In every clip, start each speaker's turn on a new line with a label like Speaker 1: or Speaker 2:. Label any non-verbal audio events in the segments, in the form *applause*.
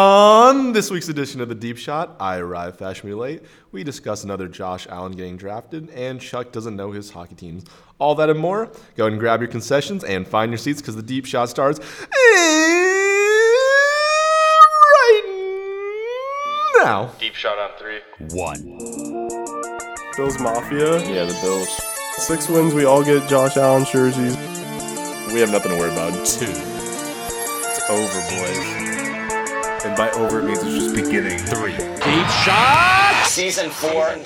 Speaker 1: On this week's edition of The Deep Shot, I arrive fashionably late. We discuss another Josh Allen getting drafted, and Chuck doesn't know his hockey teams. All that and more. Go ahead and grab your concessions and find your seats because The Deep Shot starts right now.
Speaker 2: Deep shot on three.
Speaker 3: One.
Speaker 4: Bills Mafia.
Speaker 5: Yeah, the Bills.
Speaker 4: Six wins, we all get Josh Allen jerseys.
Speaker 5: We have nothing to worry about.
Speaker 3: Two.
Speaker 5: It's over, boys. And by over, it means it's just beginning.
Speaker 3: Three. Deep shot.
Speaker 2: Season four.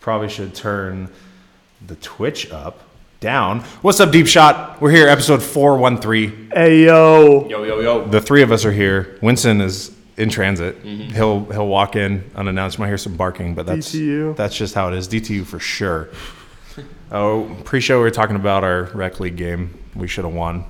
Speaker 6: probably should turn the Twitch up, down. What's up, Deep Shot? We're here, episode 413.
Speaker 4: Hey yo.
Speaker 5: Yo, yo, yo.
Speaker 6: The three of us are here. Winston is in transit. He'll he'll walk in unannounced. You might hear some barking, but that's
Speaker 4: DTU.
Speaker 6: that's just how it is. DTU for sure. oh, pre-show we were talking about our rec league game. We should have won,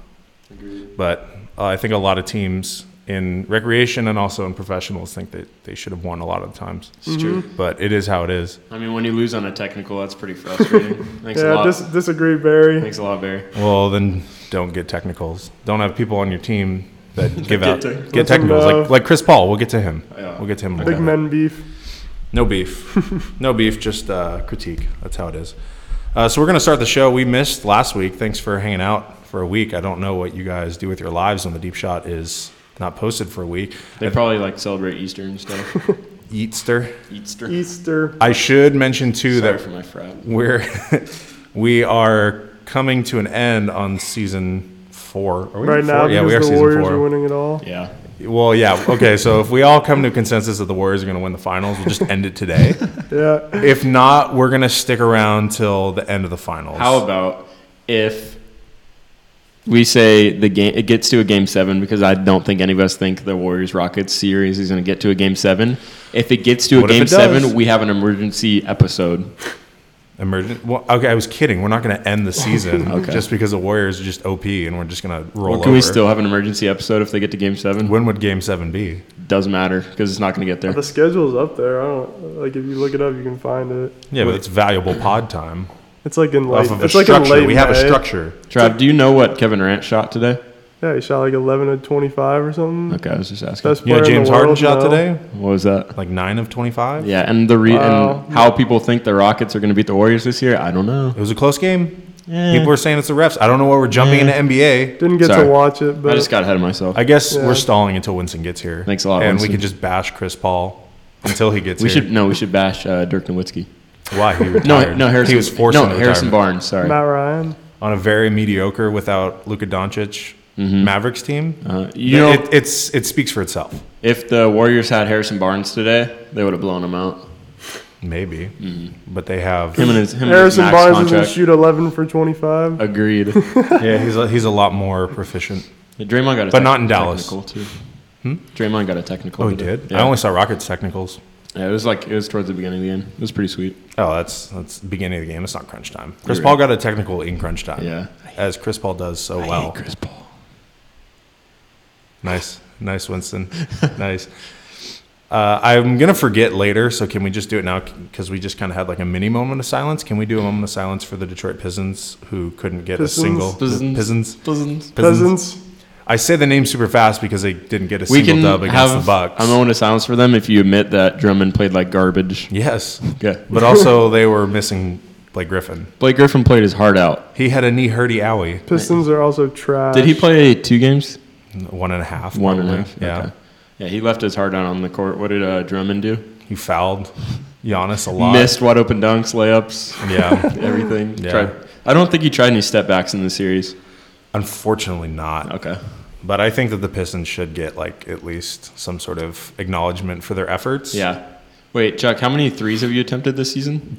Speaker 6: but uh, I think a lot of teams in recreation and also in professionals think that they should have won a lot of times. It's
Speaker 7: Mm-hmm.
Speaker 6: true, but it is how it is.
Speaker 7: I mean, when you lose on a technical, that's pretty frustrating. Thanks a
Speaker 4: Yeah,
Speaker 7: lot.
Speaker 4: dis- disagree, Barry.
Speaker 7: Thanks a lot, Barry.
Speaker 6: Well, then don't get technicals. Don't have people on your team
Speaker 4: *laughs*
Speaker 6: that give out
Speaker 7: technicals.
Speaker 6: get technicals.
Speaker 4: No.
Speaker 6: Like like Chris Paul, we'll get to him.
Speaker 7: Yeah.
Speaker 6: We'll get to him.
Speaker 4: Big
Speaker 6: later.
Speaker 4: men beef.
Speaker 6: No beef. *laughs* no beef. Just uh, critique. That's how it is. Uh, so we're gonna start the show. We missed last week. Thanks for hanging out for a week. I don't know what you guys do with your lives when the deep shot is not posted for a week.
Speaker 7: They probably like celebrate Easter and stuff.
Speaker 6: Eatster.
Speaker 7: Easter.
Speaker 4: Easter.
Speaker 6: I should mention too
Speaker 7: Sorry
Speaker 6: that
Speaker 7: for my frat.
Speaker 6: we're *laughs* we are coming to an end on season four. Are we
Speaker 4: Right
Speaker 6: in
Speaker 4: now,
Speaker 6: four? yeah, we are
Speaker 4: because the
Speaker 6: season
Speaker 4: Warriors
Speaker 6: four.
Speaker 4: are winning it all.
Speaker 7: Yeah.
Speaker 6: Well, yeah. Okay, so if we all come to a consensus that the Warriors are going to win the finals, we'll just end it today.
Speaker 4: Yeah.
Speaker 6: if not, we're going to stick around till the end of the finals.
Speaker 7: How about if we say the game it gets to a game seven because I don't think any of us think the Warriors Rockets series is going to get to a game seven. If it gets to a
Speaker 6: What if
Speaker 7: game
Speaker 6: it does?
Speaker 7: seven, we have an emergency episode.
Speaker 6: emergent? Well, okay, I was kidding. We're not going to end the season
Speaker 7: Okay.
Speaker 6: just because the Warriors are just OP and we're just going to roll
Speaker 7: Well,
Speaker 6: over.
Speaker 7: can we still have an emergency episode if they get to game seven?
Speaker 6: When would Game Seven be?
Speaker 7: Doesn't matter because it's not going to get there.
Speaker 4: The schedule's up there. I don't like if you look it up, you can find it.
Speaker 6: Yeah, but it's valuable pod time
Speaker 4: It's like in late.
Speaker 6: off of a
Speaker 4: it's like
Speaker 6: structure.
Speaker 4: in late
Speaker 6: we have a
Speaker 4: May.
Speaker 6: structure.
Speaker 7: Trav, do you know what Kevin Durant shot today?
Speaker 4: Yeah, he shot like 11 to 25 or something.
Speaker 7: Okay, I was just asking.
Speaker 4: Best
Speaker 6: You know,
Speaker 4: player in
Speaker 6: James
Speaker 4: the
Speaker 6: Harden
Speaker 4: world,
Speaker 6: shot
Speaker 4: no.
Speaker 6: today
Speaker 7: What was that?
Speaker 6: like nine of twenty-five.
Speaker 7: Yeah, and the re-
Speaker 4: Wow.
Speaker 7: and how people think the Rockets are going to beat the Warriors this year, I don't know.
Speaker 6: It was a close game. People are saying it's the refs. I don't know why we're jumping into NBA.
Speaker 4: Didn't get
Speaker 7: Sorry.
Speaker 4: to watch it, but
Speaker 7: I just got ahead of myself.
Speaker 6: I guess
Speaker 4: Yeah.
Speaker 6: we're stalling until Winston gets here.
Speaker 7: Thanks a lot,
Speaker 6: And
Speaker 7: Winston.
Speaker 6: we can just bash Chris Paul until he gets
Speaker 7: we
Speaker 6: here.
Speaker 7: should no, we should bash uh, Dirk Nowitzki.
Speaker 6: Why he retired?
Speaker 7: *laughs* No, no, Harrison.
Speaker 6: He was forced.
Speaker 7: No,
Speaker 6: into
Speaker 7: Harrison
Speaker 6: retirement.
Speaker 7: Barnes. Sorry.
Speaker 4: Matt Ryan.
Speaker 6: on a very mediocre without Luka Doncic Mavericks team.
Speaker 7: Mm-hmm. Uh, you know,
Speaker 6: it, it's it speaks for itself.
Speaker 7: if the Warriors had Harrison Barnes today, they would have blown him out.
Speaker 6: Maybe, but they have.
Speaker 7: Mm-hmm. Him and his him
Speaker 4: Harrison
Speaker 7: and his max
Speaker 4: Barnes
Speaker 7: contract.
Speaker 4: doesn't shoot 11 for 25. *laughs*
Speaker 7: Agreed.
Speaker 6: yeah, *laughs* he's a, he's a lot more proficient.
Speaker 7: Draymond got a
Speaker 6: But not in Dallas. Hmm?
Speaker 7: Technical too. Draymond got a technical.
Speaker 6: Oh, he
Speaker 7: today.
Speaker 6: did.
Speaker 7: Yeah.
Speaker 6: I only saw Rockets technicals.
Speaker 7: yeah, it was like it was towards the beginning of the game. It was pretty sweet.
Speaker 6: Oh, that's that's the beginning of the game. It's not crunch time. Chris
Speaker 7: You're
Speaker 6: Paul got a technical in crunch time.
Speaker 7: Yeah.
Speaker 6: as Chris Paul does so
Speaker 7: I
Speaker 6: well.
Speaker 7: hate Chris Paul.
Speaker 6: Nice, nice, Winston. *laughs* nice. Uh, I'm gonna forget later, so can we just do it now? Because we just kind of had like a mini moment of silence. Can we do a moment of silence for the Detroit Pistons who couldn't get a
Speaker 4: Pistons?
Speaker 6: single
Speaker 7: Pistons.
Speaker 6: Pistons?
Speaker 7: Doesn't.
Speaker 4: Peasants.
Speaker 6: I say the name super fast because they didn't get a
Speaker 7: We
Speaker 6: single
Speaker 7: can
Speaker 6: dub against
Speaker 7: have
Speaker 6: the Bucks.
Speaker 7: a moment of silence for them if you admit that Drummond played like garbage.
Speaker 6: yes,
Speaker 7: Okay.
Speaker 6: but also they were missing Blake Griffin.
Speaker 7: Blake Griffin played his heart out.
Speaker 6: He had a knee hurty owie,
Speaker 4: Pistons are also trash.
Speaker 7: Did he play two games?
Speaker 6: one and a half.
Speaker 7: One and a
Speaker 6: probably.
Speaker 7: half.
Speaker 6: Yeah,
Speaker 7: Okay. Yeah, he left his heart out on the court. What did uh, Drummond do?
Speaker 6: he fouled Giannis a lot.
Speaker 7: Missed wide open dunks, layups,
Speaker 6: Yeah,
Speaker 7: everything.
Speaker 6: Yeah.
Speaker 7: Tried. I don't think he tried any step backs in the series.
Speaker 6: unfortunately not.
Speaker 7: Okay.
Speaker 6: But I think that the Pistons should get like at least some sort of acknowledgement for their efforts.
Speaker 7: Yeah. Wait, Chuck, how many threes have you attempted this season?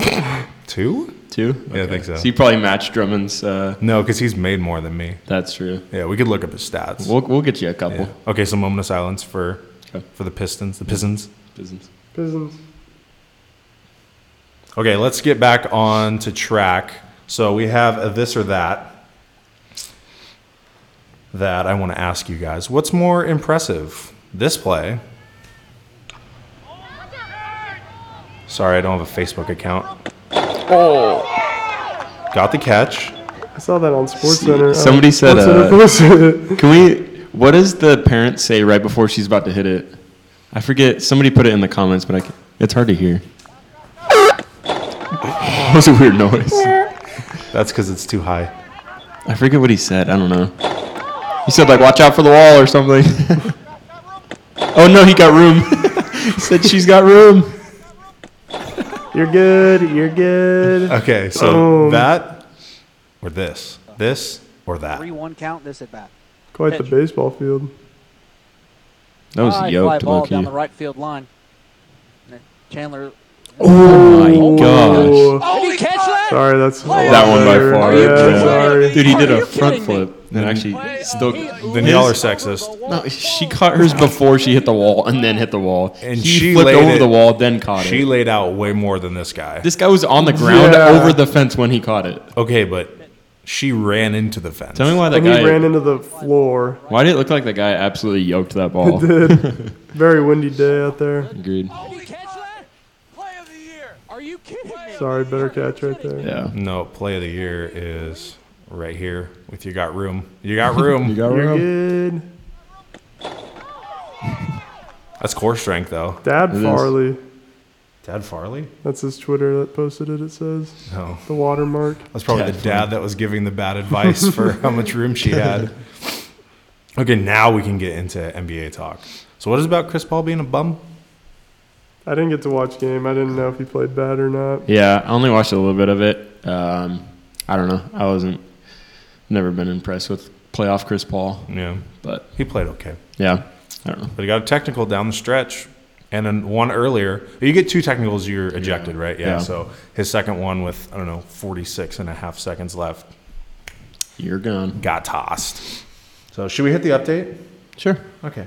Speaker 6: Two?
Speaker 7: Two?
Speaker 6: Yeah, I think so.
Speaker 7: So you probably matched Drummond's. Uh,
Speaker 6: No, because he's made more than me.
Speaker 7: that's true.
Speaker 6: Yeah, we could look up his stats.
Speaker 7: We'll, we'll get you a couple.
Speaker 6: Yeah. Okay, so moment of silence for
Speaker 7: Okay.
Speaker 6: for the Pistons. The Pistons.
Speaker 7: Business.
Speaker 4: Pistons.
Speaker 6: Okay, let's get back on to track. So we have a this or that. that I want to ask you guys. What's more impressive, this play? Sorry, I don't have a Facebook account. Oh, got the catch.
Speaker 4: I saw that on Sports
Speaker 7: See, *laughs*
Speaker 4: Center.
Speaker 7: somebody
Speaker 4: on
Speaker 7: said,
Speaker 4: Sports
Speaker 7: uh,
Speaker 4: Center posted it.
Speaker 7: Can we? What does the parent say right before she's about to hit it? I forget. Somebody put it in the comments, but I can, it's hard to hear. *laughs* that was a weird noise.
Speaker 6: That's because it's too high.
Speaker 7: I forget what he said. I don't know. He said like, "Watch out for the wall" or something. *laughs* oh no, he got room. *laughs* he said she's got room.
Speaker 4: You're good.
Speaker 7: *laughs*
Speaker 4: You're good.
Speaker 6: Okay, so
Speaker 4: Um.
Speaker 6: that or this, this or that.
Speaker 2: 3 1 count this at bat.
Speaker 4: Quite the baseball field.
Speaker 7: That was
Speaker 2: High fly
Speaker 7: yoked,
Speaker 2: ball
Speaker 7: lucky.
Speaker 2: down the right field line. And Chandler.
Speaker 7: Oh my gosh.
Speaker 4: Oh,
Speaker 2: Did he catch that?
Speaker 4: sorry, that's
Speaker 7: That one by
Speaker 4: better.
Speaker 7: far,
Speaker 4: Yeah,
Speaker 7: yeah.
Speaker 4: sorry.
Speaker 7: Dude, he did
Speaker 2: Are
Speaker 7: a
Speaker 2: you
Speaker 7: front
Speaker 2: kidding me?
Speaker 7: flip and actually still.
Speaker 6: Then y'all are sexist.
Speaker 7: No, she caught hers before she hit the wall and then hit the wall.
Speaker 6: And
Speaker 7: he
Speaker 6: she
Speaker 7: flipped
Speaker 6: laid
Speaker 7: over
Speaker 6: it-
Speaker 7: the wall, then caught
Speaker 6: She
Speaker 7: it.
Speaker 6: laid out way more than this guy.
Speaker 7: This guy was on the ground
Speaker 4: Yeah.
Speaker 7: over the fence when he caught it.
Speaker 6: Okay, but she ran into the fence.
Speaker 7: Tell me why that
Speaker 4: And he
Speaker 7: guy.
Speaker 4: ran into the floor.
Speaker 7: why did it look like that guy absolutely yoked that ball?
Speaker 4: *laughs* Very windy day out there.
Speaker 7: Agreed.
Speaker 4: Sorry, better catch right there.
Speaker 7: Yeah.
Speaker 6: No, play of the year is right here with you got room. *laughs* You got room.
Speaker 4: You're good.
Speaker 6: That's core strength though.
Speaker 4: Dad
Speaker 7: is.
Speaker 4: Farley.
Speaker 6: Dad Farley?
Speaker 4: That's his Twitter that posted it. It says
Speaker 6: No.
Speaker 4: the watermark.
Speaker 6: That's probably the dad that was giving the bad advice *laughs* for how much room she had. Okay, now we can get into NBA talk. So what is about Chris Paul being a bum?
Speaker 4: I didn't get to watch game. I didn't know if he played bad or not.
Speaker 7: Yeah, I only watched a little bit of it. Um, I don't know. I wasn't. Never been impressed with playoff Chris Paul,
Speaker 6: Yeah.
Speaker 7: but
Speaker 6: He played okay.
Speaker 7: yeah, I don't know.
Speaker 6: But he got a technical down the stretch and then one earlier. You get two technicals, you're ejected, right? Yeah,
Speaker 7: Yeah.
Speaker 6: So his second one with, I don't know, 46 and a half seconds left
Speaker 7: You're gone.
Speaker 6: got tossed. So should we hit the update?
Speaker 7: Sure.
Speaker 6: Okay.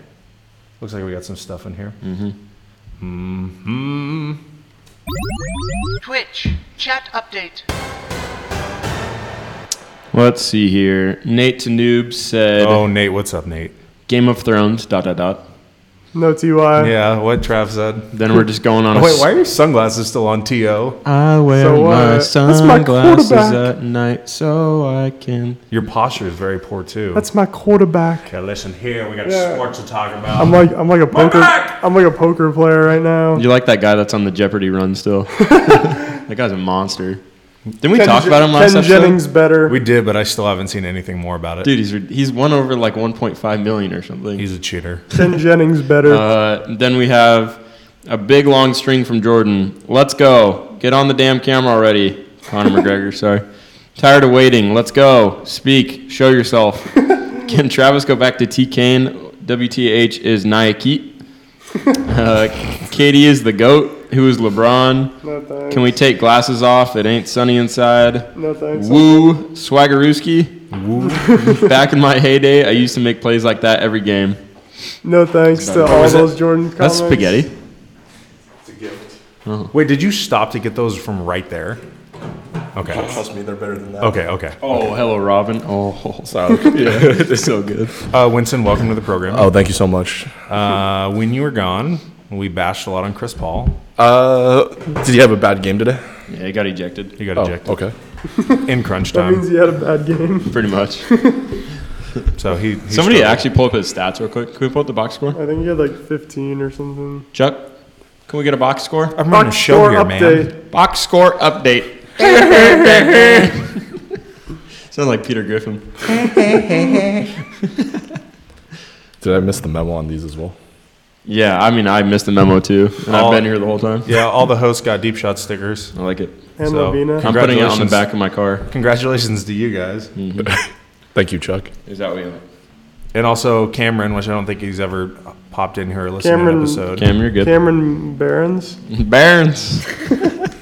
Speaker 6: Looks like we got some stuff in here.
Speaker 8: Twitch chat update.
Speaker 7: Let's see here. Nate to Noob said
Speaker 6: Oh, Nate, what's up, Nate?
Speaker 7: Game of Thrones. Dot dot dot.
Speaker 4: No Ty.
Speaker 6: Yeah, what Trav said.
Speaker 7: Then we're just going
Speaker 4: *laughs*
Speaker 7: on. a
Speaker 6: Uh, Oh, Wait, why are your sunglasses still on TO?
Speaker 7: I wear
Speaker 4: So what?
Speaker 7: my
Speaker 4: That's my
Speaker 7: sunglasses
Speaker 4: quarterback.
Speaker 7: at night so I can.
Speaker 6: Your posture is very poor too.
Speaker 4: That's my quarterback.
Speaker 6: okay, listen here, we got
Speaker 4: Yeah.
Speaker 6: sports to talk about.
Speaker 4: I'm like I'm like a poker
Speaker 6: back!
Speaker 4: I'm like a poker player right now.
Speaker 7: You like that guy that's on the Jeopardy run
Speaker 4: *laughs*
Speaker 7: still? that guy's a monster. Didn't we
Speaker 4: Ken
Speaker 7: talk
Speaker 4: Je-
Speaker 7: about him last
Speaker 4: Ken
Speaker 7: episode?
Speaker 4: Jennings better.
Speaker 6: we did, but I still haven't seen anything more about it.
Speaker 7: Dude, he's re- he's won over like 1.5 million or something.
Speaker 6: He's a cheater.
Speaker 7: *laughs*
Speaker 4: Ken Jennings better.
Speaker 7: Uh, then we have a big long string from Jordan. Let's go. Get on the damn camera already. Conor
Speaker 4: *laughs*
Speaker 7: McGregor, sorry. Tired of waiting. Let's go. Speak. Show yourself.
Speaker 4: *laughs*
Speaker 7: Can Travis go back to T Kane? WTH is
Speaker 4: *laughs*
Speaker 7: Nike. Uh, Katie is the GOAT. Who is LeBron?
Speaker 4: no thanks.
Speaker 7: Can we take glasses off? It ain't sunny inside.
Speaker 4: No thanks.
Speaker 7: Woo. Swaggerooski. Woo. back in my heyday, I used to make plays like that every game.
Speaker 4: No thanks to all
Speaker 6: was it?
Speaker 4: those Jordan
Speaker 7: That's
Speaker 4: comments.
Speaker 7: spaghetti.
Speaker 6: Wait, did you stop to get those from right there? Okay.
Speaker 1: Trust me, they're better than that.
Speaker 6: Okay, okay.
Speaker 7: Oh, hello, Robin. Oh, *laughs* sorry. yeah, it's so good.
Speaker 6: Uh, Winston, welcome to the program.
Speaker 1: Oh, thank you so much.
Speaker 6: Uh, when you were gone, we bashed a lot on Chris Paul.
Speaker 1: Uh, did you have a bad game today?
Speaker 7: Yeah, he got ejected,
Speaker 6: He got
Speaker 1: Oh,
Speaker 6: ejected
Speaker 1: okay.
Speaker 6: in crunch
Speaker 4: That means
Speaker 6: time.
Speaker 4: he had a bad game.
Speaker 7: pretty *laughs* much.
Speaker 6: So he, he
Speaker 7: Somebody
Speaker 6: struggled.
Speaker 7: actually pull up his stats real quick. Can we pull up the box score?
Speaker 4: I think he had like 15 or something.
Speaker 7: Chuck, can we get a box score?
Speaker 6: I'm running a show
Speaker 4: score
Speaker 6: here,
Speaker 4: update.
Speaker 6: man.
Speaker 7: Box score *laughs* update. Sounds like Peter Griffin.
Speaker 1: Did I miss the memo on these as well?
Speaker 7: Yeah, I mean, I missed the memo too, and
Speaker 6: Oh.
Speaker 7: I've been here the whole time.
Speaker 6: *laughs* Yeah, all the hosts got deep shot stickers.
Speaker 7: I like it.
Speaker 4: And
Speaker 6: So,
Speaker 4: Lavina.
Speaker 7: I'm putting it on the
Speaker 6: Congratulations.
Speaker 7: back of my car.
Speaker 6: Congratulations to you guys. Mm-hmm.
Speaker 1: Thank you, Chuck.
Speaker 7: Is that what you like?
Speaker 6: And also Cameron, which I don't think he's ever popped in here or listened to an
Speaker 4: Cameron-
Speaker 6: episode.
Speaker 7: Cam, you're good.
Speaker 4: Cameron Barons.
Speaker 7: Barons.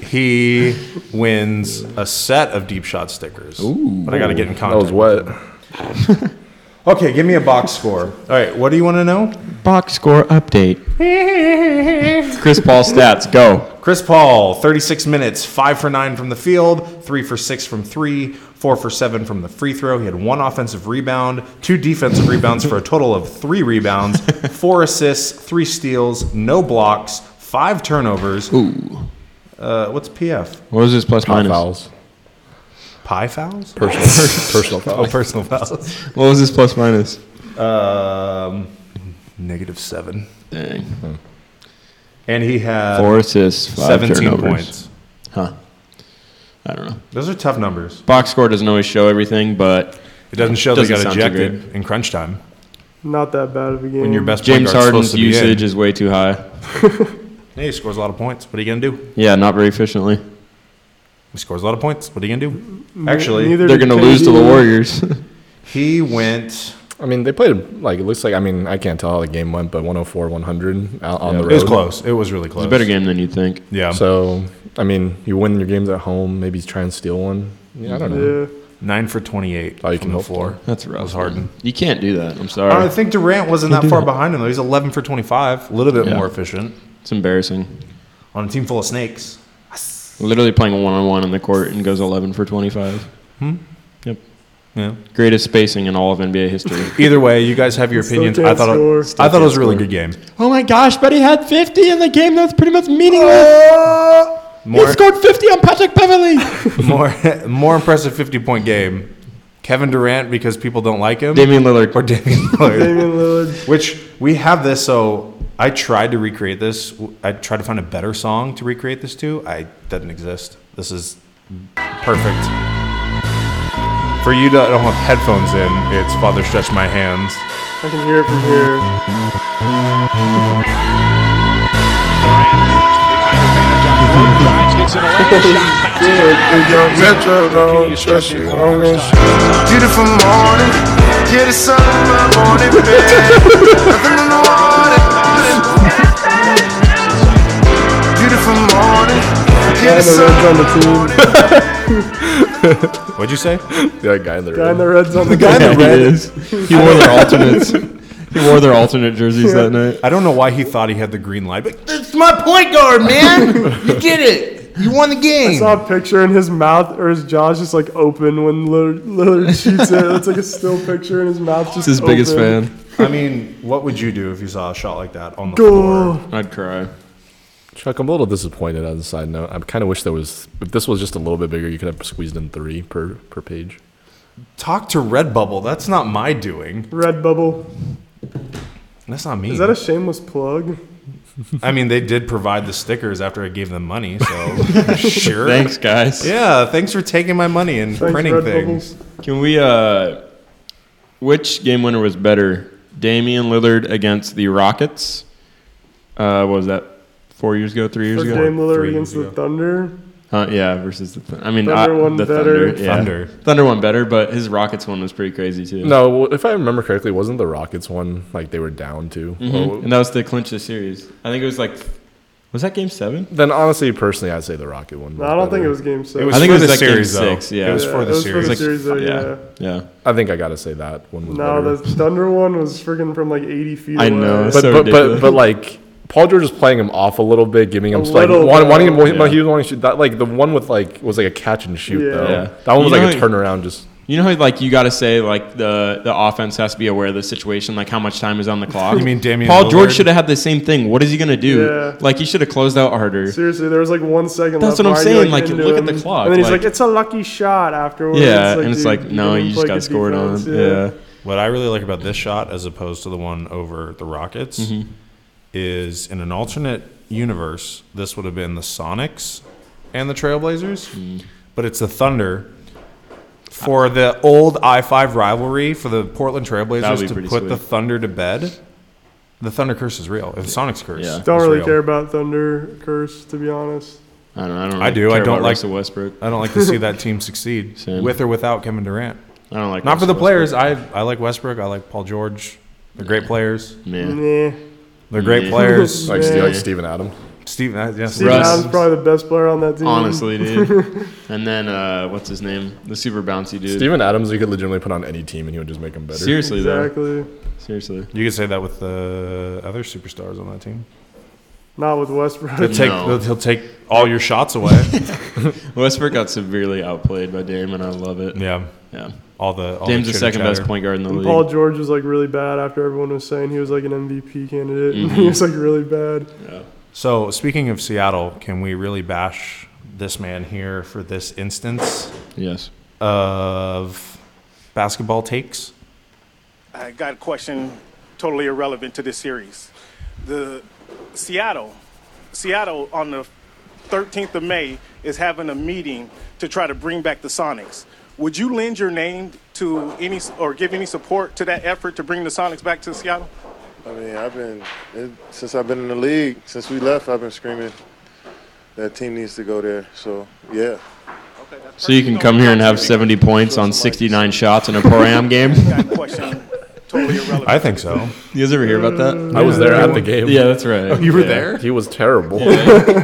Speaker 6: He wins a set of deep shot stickers. Ooh. But I got to get in
Speaker 1: That
Speaker 6: contact.
Speaker 1: was wet.
Speaker 6: *laughs* Okay, give me a box score. All right, what do you want to know?
Speaker 7: Box score update. *laughs* Chris Paul stats. Go.
Speaker 6: Chris Paul, 36 minutes, 5 for 9 from the field, 3 for 6 from 3, four for seven from the free throw. He had one offensive rebound, two defensive rebounds for a total of
Speaker 7: *laughs*
Speaker 6: three rebounds, four assists, three steals, no blocks, five turnovers.
Speaker 7: Ooh.
Speaker 6: Uh, what's PF?
Speaker 7: What was his plus minus?
Speaker 5: fouls.
Speaker 6: Pie fouls? *laughs*
Speaker 5: Personal, personal
Speaker 6: Oh,
Speaker 5: fouls.
Speaker 6: personal fouls.
Speaker 7: What was his plus minus?
Speaker 6: Um, negative seven.
Speaker 7: Dang.
Speaker 6: And he had
Speaker 7: Four assists, five
Speaker 6: 17
Speaker 7: turnovers.
Speaker 6: points.
Speaker 7: Huh. I don't know.
Speaker 6: Those are tough numbers.
Speaker 7: Box score doesn't always show everything, but
Speaker 6: It doesn't show
Speaker 7: Doesn't
Speaker 6: they got
Speaker 7: sound too
Speaker 6: ejected in crunch time
Speaker 4: Not that bad of a game.
Speaker 6: when your best
Speaker 7: James
Speaker 6: point guard's
Speaker 7: Harden's
Speaker 6: supposed to be in.
Speaker 7: usage is way too high.
Speaker 6: Hey, he scores a lot of points. What are you gonna do?
Speaker 7: Yeah, not very efficiently.
Speaker 6: He scores a lot of points. What are you gonna do?
Speaker 4: Ne-
Speaker 6: Actually,
Speaker 4: neither
Speaker 7: They're
Speaker 4: did
Speaker 7: going to lose to the
Speaker 4: KD.
Speaker 7: *laughs* Warriors.
Speaker 6: He went.
Speaker 5: I mean, they played like it looks like. I mean, I can't tell how the game went, but 104, 100 out uh, on the road.
Speaker 6: It was close. It was really close.
Speaker 7: it's a better game than you'd think.
Speaker 6: Yeah.
Speaker 5: So, I mean, you win your games at home. Maybe try and steal one. Yeah, I don't know.
Speaker 4: Yeah.
Speaker 6: Nine for twenty-eight
Speaker 5: Oh, you
Speaker 6: from
Speaker 5: can
Speaker 6: the
Speaker 5: hope
Speaker 6: floor.
Speaker 7: That's rough.
Speaker 6: was Harden.
Speaker 7: You can't do that. I'm
Speaker 6: I
Speaker 7: sorry.
Speaker 6: don't think Durant wasn't that far behind him though. He's eleven for twenty-five. A little bit
Speaker 7: Yeah.
Speaker 6: more efficient
Speaker 7: It's embarrassing.
Speaker 6: on a team full of snakes.
Speaker 7: Literally playing one on one on the court and goes 11 for 25.
Speaker 6: Yeah.
Speaker 7: Greatest spacing in all of NBA history.
Speaker 6: Either way, you guys have your
Speaker 4: Still
Speaker 6: opinions.
Speaker 4: can't
Speaker 6: I thought it,
Speaker 4: score.
Speaker 6: I thought it was a really good game.
Speaker 7: oh my gosh, but he had 50 in the game. That's pretty much meaningless.
Speaker 6: Uh, more,
Speaker 7: scored 50 on Patrick
Speaker 4: *laughs*
Speaker 7: Beverly.
Speaker 6: *laughs* more, more impressive fifty-point game. Kevin Durant because people don't like him,
Speaker 7: Damian Lillard.
Speaker 6: or *laughs* Damian Lillard.
Speaker 4: Damian Lillard.
Speaker 6: Which we have this, so I tried to recreate this. I tried to find a better song to recreate this to. I doesn't exist. This is perfect. For you that don't have headphones in, it's Father Stretch My Hands.
Speaker 4: I can hear it from here.
Speaker 3: Gets it away. Shot bounces
Speaker 9: Beautiful morning, yeah, the sun up on it, man. Nothing in the water. Beautiful morning, yeah, the
Speaker 4: And the
Speaker 9: sun
Speaker 4: Reds on the team.
Speaker 6: What'd you say?
Speaker 5: Yeah, guy in *laughs* the
Speaker 4: Guy in
Speaker 5: red.
Speaker 4: the Reds on the
Speaker 7: *laughs*
Speaker 4: team.
Speaker 7: Yeah, he is. He wore their alternates. He wore their alternate jerseys that night.
Speaker 6: I don't know why he thought he had the green light, but
Speaker 9: It's my point guard,
Speaker 4: *laughs*
Speaker 9: man. You get it. You won the
Speaker 4: I
Speaker 9: game.
Speaker 4: saw a picture and his mouth or his jaw's just like open when Lillard, Lillard shoots it. It's like a still picture and his mouth's just
Speaker 7: He's his biggest
Speaker 4: open.
Speaker 7: fan.
Speaker 6: I mean, what would you do if you saw a shot like that on the
Speaker 4: Goal.
Speaker 6: floor?
Speaker 7: I'd cry.
Speaker 5: Chuck, I'm a little disappointed. On a side note, I kind of wish there was. If this was just a little bit bigger, you could have squeezed in three per per page.
Speaker 6: Talk to Redbubble. That's not my doing.
Speaker 4: Red bubble.
Speaker 6: That's not me.
Speaker 4: Is that a shameless plug?
Speaker 6: I mean, they did provide the stickers after I gave them
Speaker 4: *laughs*
Speaker 6: money, so sure.
Speaker 7: Thanks, guys.
Speaker 6: Yeah, thanks for taking my money and
Speaker 4: Thanks,
Speaker 6: printing
Speaker 4: Red
Speaker 6: things.
Speaker 4: Bubbles.
Speaker 7: Can we? uh Which game winner was better, Damian Lillard against the Rockets? Uh, what was that four years ago, three years
Speaker 4: Or
Speaker 7: ago?
Speaker 4: Dame Lillard
Speaker 6: three
Speaker 4: against
Speaker 6: years
Speaker 4: the Thunder.
Speaker 7: Huh, yeah, versus the. Th- I mean,
Speaker 4: Thunder
Speaker 7: uh,
Speaker 4: won
Speaker 7: the
Speaker 4: better.
Speaker 7: Thunder. yeah.
Speaker 6: Thunder.
Speaker 7: Thunder won better, but his Rockets one was pretty crazy too.
Speaker 5: No, if I remember correctly, wasn't the Rockets one like they were down to? Well,
Speaker 7: Mhm. and that was to clinch the series. I think it was like, was that game seven?
Speaker 5: Then honestly, personally, I'd say the Rocket one.
Speaker 4: No, I don't think it was game seven.
Speaker 6: It was
Speaker 7: I think it
Speaker 6: for
Speaker 7: was
Speaker 6: the
Speaker 7: like game
Speaker 6: series, though.
Speaker 7: six, yeah.
Speaker 6: It was
Speaker 4: Yeah,
Speaker 6: for
Speaker 4: it
Speaker 6: the
Speaker 4: was
Speaker 6: series.
Speaker 4: for the series, though, yeah.
Speaker 7: yeah.
Speaker 5: I think I gotta say that one was
Speaker 4: No, the
Speaker 5: better.
Speaker 4: Thunder one was freaking from like 80 feet
Speaker 7: I
Speaker 4: away.
Speaker 7: know.
Speaker 5: but
Speaker 7: so
Speaker 5: but, but
Speaker 7: ridiculous.
Speaker 5: but like Paul George was playing him off a little bit, giving him
Speaker 4: A
Speaker 5: like
Speaker 4: little
Speaker 5: wanting,
Speaker 4: bit.
Speaker 5: wanting him. no,
Speaker 7: Yeah.
Speaker 5: he was wanting to shoot that like the one with like was like a catch and shoot
Speaker 4: Yeah.
Speaker 5: though.
Speaker 7: Yeah.
Speaker 5: That one was
Speaker 7: You
Speaker 5: like a
Speaker 7: know-
Speaker 5: turnaround. Just
Speaker 7: You know how like you got to say like the the offense has to be aware of the situation, like how much time is on
Speaker 6: *laughs*
Speaker 7: the clock.
Speaker 6: You mean Damian
Speaker 7: Paul George
Speaker 6: Lillard?
Speaker 7: should have had the same thing. What is he gonna do?
Speaker 4: Yeah.
Speaker 7: Like he should have closed out harder.
Speaker 4: Seriously, there was like one second
Speaker 7: That's
Speaker 4: left.
Speaker 7: what I'm
Speaker 4: Why are you,
Speaker 7: saying, like,
Speaker 4: into
Speaker 7: look at the
Speaker 4: him?
Speaker 7: clock,
Speaker 4: And then he's
Speaker 7: like-
Speaker 4: like, it's a lucky shot afterwards.
Speaker 7: yeah, and it's
Speaker 4: dude,
Speaker 7: like no,
Speaker 4: didn't
Speaker 7: you just
Speaker 4: play
Speaker 7: got
Speaker 4: good
Speaker 7: scored
Speaker 4: defense,
Speaker 7: on. Yeah.
Speaker 6: What I really like about this shot, as opposed to the one over the Rockets,
Speaker 7: Mm-hmm.
Speaker 6: is in an alternate universe, this would have been the Sonics and the Trailblazers,
Speaker 7: Mm-hmm.
Speaker 6: but it's the Thunder. For the old I 5 rivalry for the Portland
Speaker 7: That'd
Speaker 6: Trailblazers
Speaker 7: be
Speaker 6: to
Speaker 7: pretty
Speaker 6: put the
Speaker 7: sweet.
Speaker 6: Thunder to bed, the Thunder curse is real. The Sonics curse.
Speaker 7: Yeah.
Speaker 6: is
Speaker 4: Don't really
Speaker 6: real.
Speaker 4: care about Thunder Curse, to be honest.
Speaker 7: I don't. I don't.
Speaker 6: I
Speaker 7: really
Speaker 6: do. I
Speaker 7: care
Speaker 6: don't
Speaker 7: about
Speaker 6: like-
Speaker 7: Russell Westbrook.
Speaker 6: I don't
Speaker 4: *laughs*
Speaker 6: like to see that team succeed
Speaker 7: Same.
Speaker 6: with or without Kevin Durant.
Speaker 7: I don't like.
Speaker 6: Not for
Speaker 7: Russell
Speaker 6: the players. I I like Westbrook. I like Paul George. They're great players.
Speaker 7: Westbrook. Yeah.
Speaker 4: Nah.
Speaker 6: They're great
Speaker 7: Yeah. *laughs*
Speaker 6: players.
Speaker 5: like,
Speaker 4: Yeah.
Speaker 5: Steve, like Steven Adams.
Speaker 6: Steve, uh, yes.
Speaker 4: Steve
Speaker 7: Russ.
Speaker 4: Allen's probably the best player on that team.
Speaker 7: Honestly,
Speaker 6: *laughs*
Speaker 7: dude. and then uh, what's his name? The super bouncy dude.
Speaker 5: Steven Adams, you could legitimately put on any team and he would just make them better.
Speaker 7: Seriously though.
Speaker 4: Exactly.
Speaker 7: Seriously.
Speaker 6: You could say that with the other superstars on that team.
Speaker 4: Not with Westbrook.
Speaker 6: He'll take,
Speaker 7: No.
Speaker 6: he'll take all your shots *laughs* away.
Speaker 7: Westbrook got severely outplayed by Dame, and I love it.
Speaker 6: yeah.
Speaker 7: Yeah.
Speaker 6: All the. All
Speaker 7: Dame's the
Speaker 6: chitter
Speaker 7: second best
Speaker 6: chatter.
Speaker 7: point guard in the
Speaker 4: And
Speaker 7: league.
Speaker 4: *laughs* Paul George was like really bad after everyone was saying he was like an MVP candidate. *laughs* and
Speaker 7: Mm-hmm.
Speaker 4: He was like really bad.
Speaker 6: So, speaking of Seattle, can we really bash this man here for this instance
Speaker 7: yes.
Speaker 6: of basketball takes?
Speaker 10: I got a question totally irrelevant to this series. The Seattle, Seattle on the 13th of May is having a meeting to try to bring back the Sonics. Would you lend your name to any or give any support to that effort to bring the Sonics back to Seattle?
Speaker 9: I mean, I've been it, since I've been in the league. Since we left, I've been screaming that team needs to go there. So yeah,
Speaker 7: So you can come here and have 70 points on 69 shots in a pro-am game.
Speaker 5: *laughs*
Speaker 7: You
Speaker 10: Got a question totally
Speaker 7: *laughs*
Speaker 10: irrelevant.
Speaker 6: I think so.
Speaker 7: guys ever hear about that?
Speaker 5: I was there at the game.
Speaker 7: Yeah, that's
Speaker 5: *laughs*
Speaker 7: right.
Speaker 6: You were there?
Speaker 5: He was terrible.
Speaker 7: He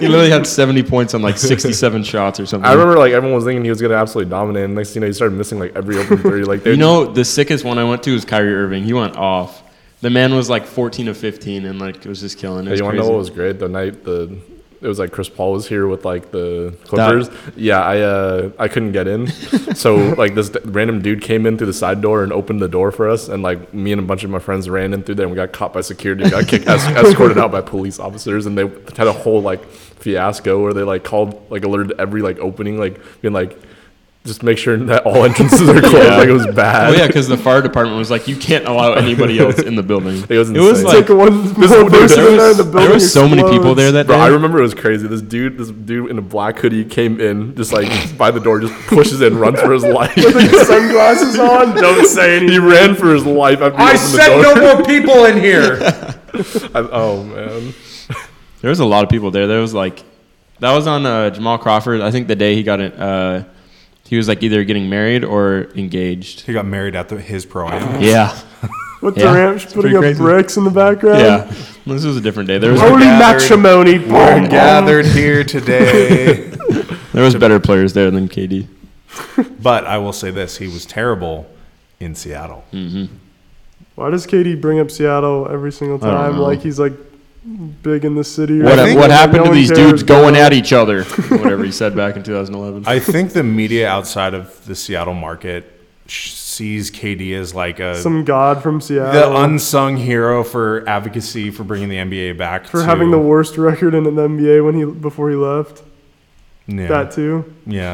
Speaker 7: literally had 70 points on like 67 shots or something.
Speaker 5: I remember like everyone was thinking he was gonna absolutely dominate. And next thing you know, he started missing like every open three. Like
Speaker 7: *laughs*
Speaker 5: they
Speaker 7: You know, the sickest one I went to was Kyrie Irving. He went off. The man was like 14 of 15 and like was just killing it.
Speaker 5: Hey,
Speaker 7: It
Speaker 5: you
Speaker 7: was
Speaker 5: want to know
Speaker 7: crazy.
Speaker 5: what was great? The night the it was like Chris Paul was here with like the Clippers. Yeah, I uh I couldn't
Speaker 7: *laughs*
Speaker 5: get in, so like this d- random dude came in through the side door and opened the door for us, and like me and a bunch of my friends ran in through there, and we got caught by security, got kicked,
Speaker 7: *laughs*
Speaker 5: es- escorted out by police officers, and they had a whole like fiasco where they like called like alerted every like opening, like being like. Just make sure that all entrances are closed. Like it was bad.
Speaker 7: Oh yeah, because the fire department was like, you can't allow anybody else in the building.
Speaker 5: *laughs* It was insane.
Speaker 7: like
Speaker 4: Like one one person
Speaker 7: there
Speaker 4: in there,
Speaker 7: was,
Speaker 4: the
Speaker 7: there
Speaker 4: building
Speaker 7: was so many people there
Speaker 4: explodes.
Speaker 7: that day.
Speaker 5: Bro, I remember it was crazy. This dude, this dude in a black hoodie came in, just like by the door, just pushes in, runs *laughs* for his life.
Speaker 4: Sunglasses on.
Speaker 5: *laughs* Don't say anything. He ran for his life after he
Speaker 6: I
Speaker 5: opened
Speaker 6: said
Speaker 5: the
Speaker 6: no
Speaker 5: door. *laughs*
Speaker 6: more people in here.
Speaker 5: I- oh man,
Speaker 7: There was a lot of people there. There was like, that was on uh, Jamal Crawford. I think the day he got it, uh, he was like either getting married or engaged.
Speaker 6: he got married at the, his pro *laughs* am.
Speaker 7: Yeah,
Speaker 4: With
Speaker 7: Yeah,
Speaker 4: Durant
Speaker 7: it's
Speaker 4: putting
Speaker 7: pretty
Speaker 4: up
Speaker 7: crazy.
Speaker 4: bricks in the background.
Speaker 7: yeah. This was a different day. There was
Speaker 4: Holy
Speaker 6: gathered.
Speaker 4: matrimony. Boom, boom.
Speaker 6: here today.
Speaker 7: there was better players there than KD.
Speaker 6: *laughs* but I will say this: he was terrible in Seattle.
Speaker 4: Why does KD bring up Seattle every single
Speaker 7: don't
Speaker 4: time?
Speaker 7: know.
Speaker 4: Like he's like big in the city. or
Speaker 7: What,
Speaker 4: something,
Speaker 7: what
Speaker 4: like,
Speaker 7: happened
Speaker 4: no
Speaker 7: to
Speaker 4: one
Speaker 7: these
Speaker 4: cares
Speaker 7: dudes
Speaker 4: about
Speaker 7: going
Speaker 4: it.
Speaker 7: at each
Speaker 4: *laughs*
Speaker 7: other? Whatever he said back in 2011.
Speaker 6: I think the media outside of the Seattle market sh- sees KD as like a
Speaker 4: Some god from Seattle
Speaker 6: the unsung hero for advocacy for bringing the NBA back
Speaker 4: for
Speaker 6: to-
Speaker 4: having the worst record in the NBA when he before he left.
Speaker 6: yeah,
Speaker 4: That too. *laughs*
Speaker 6: yeah.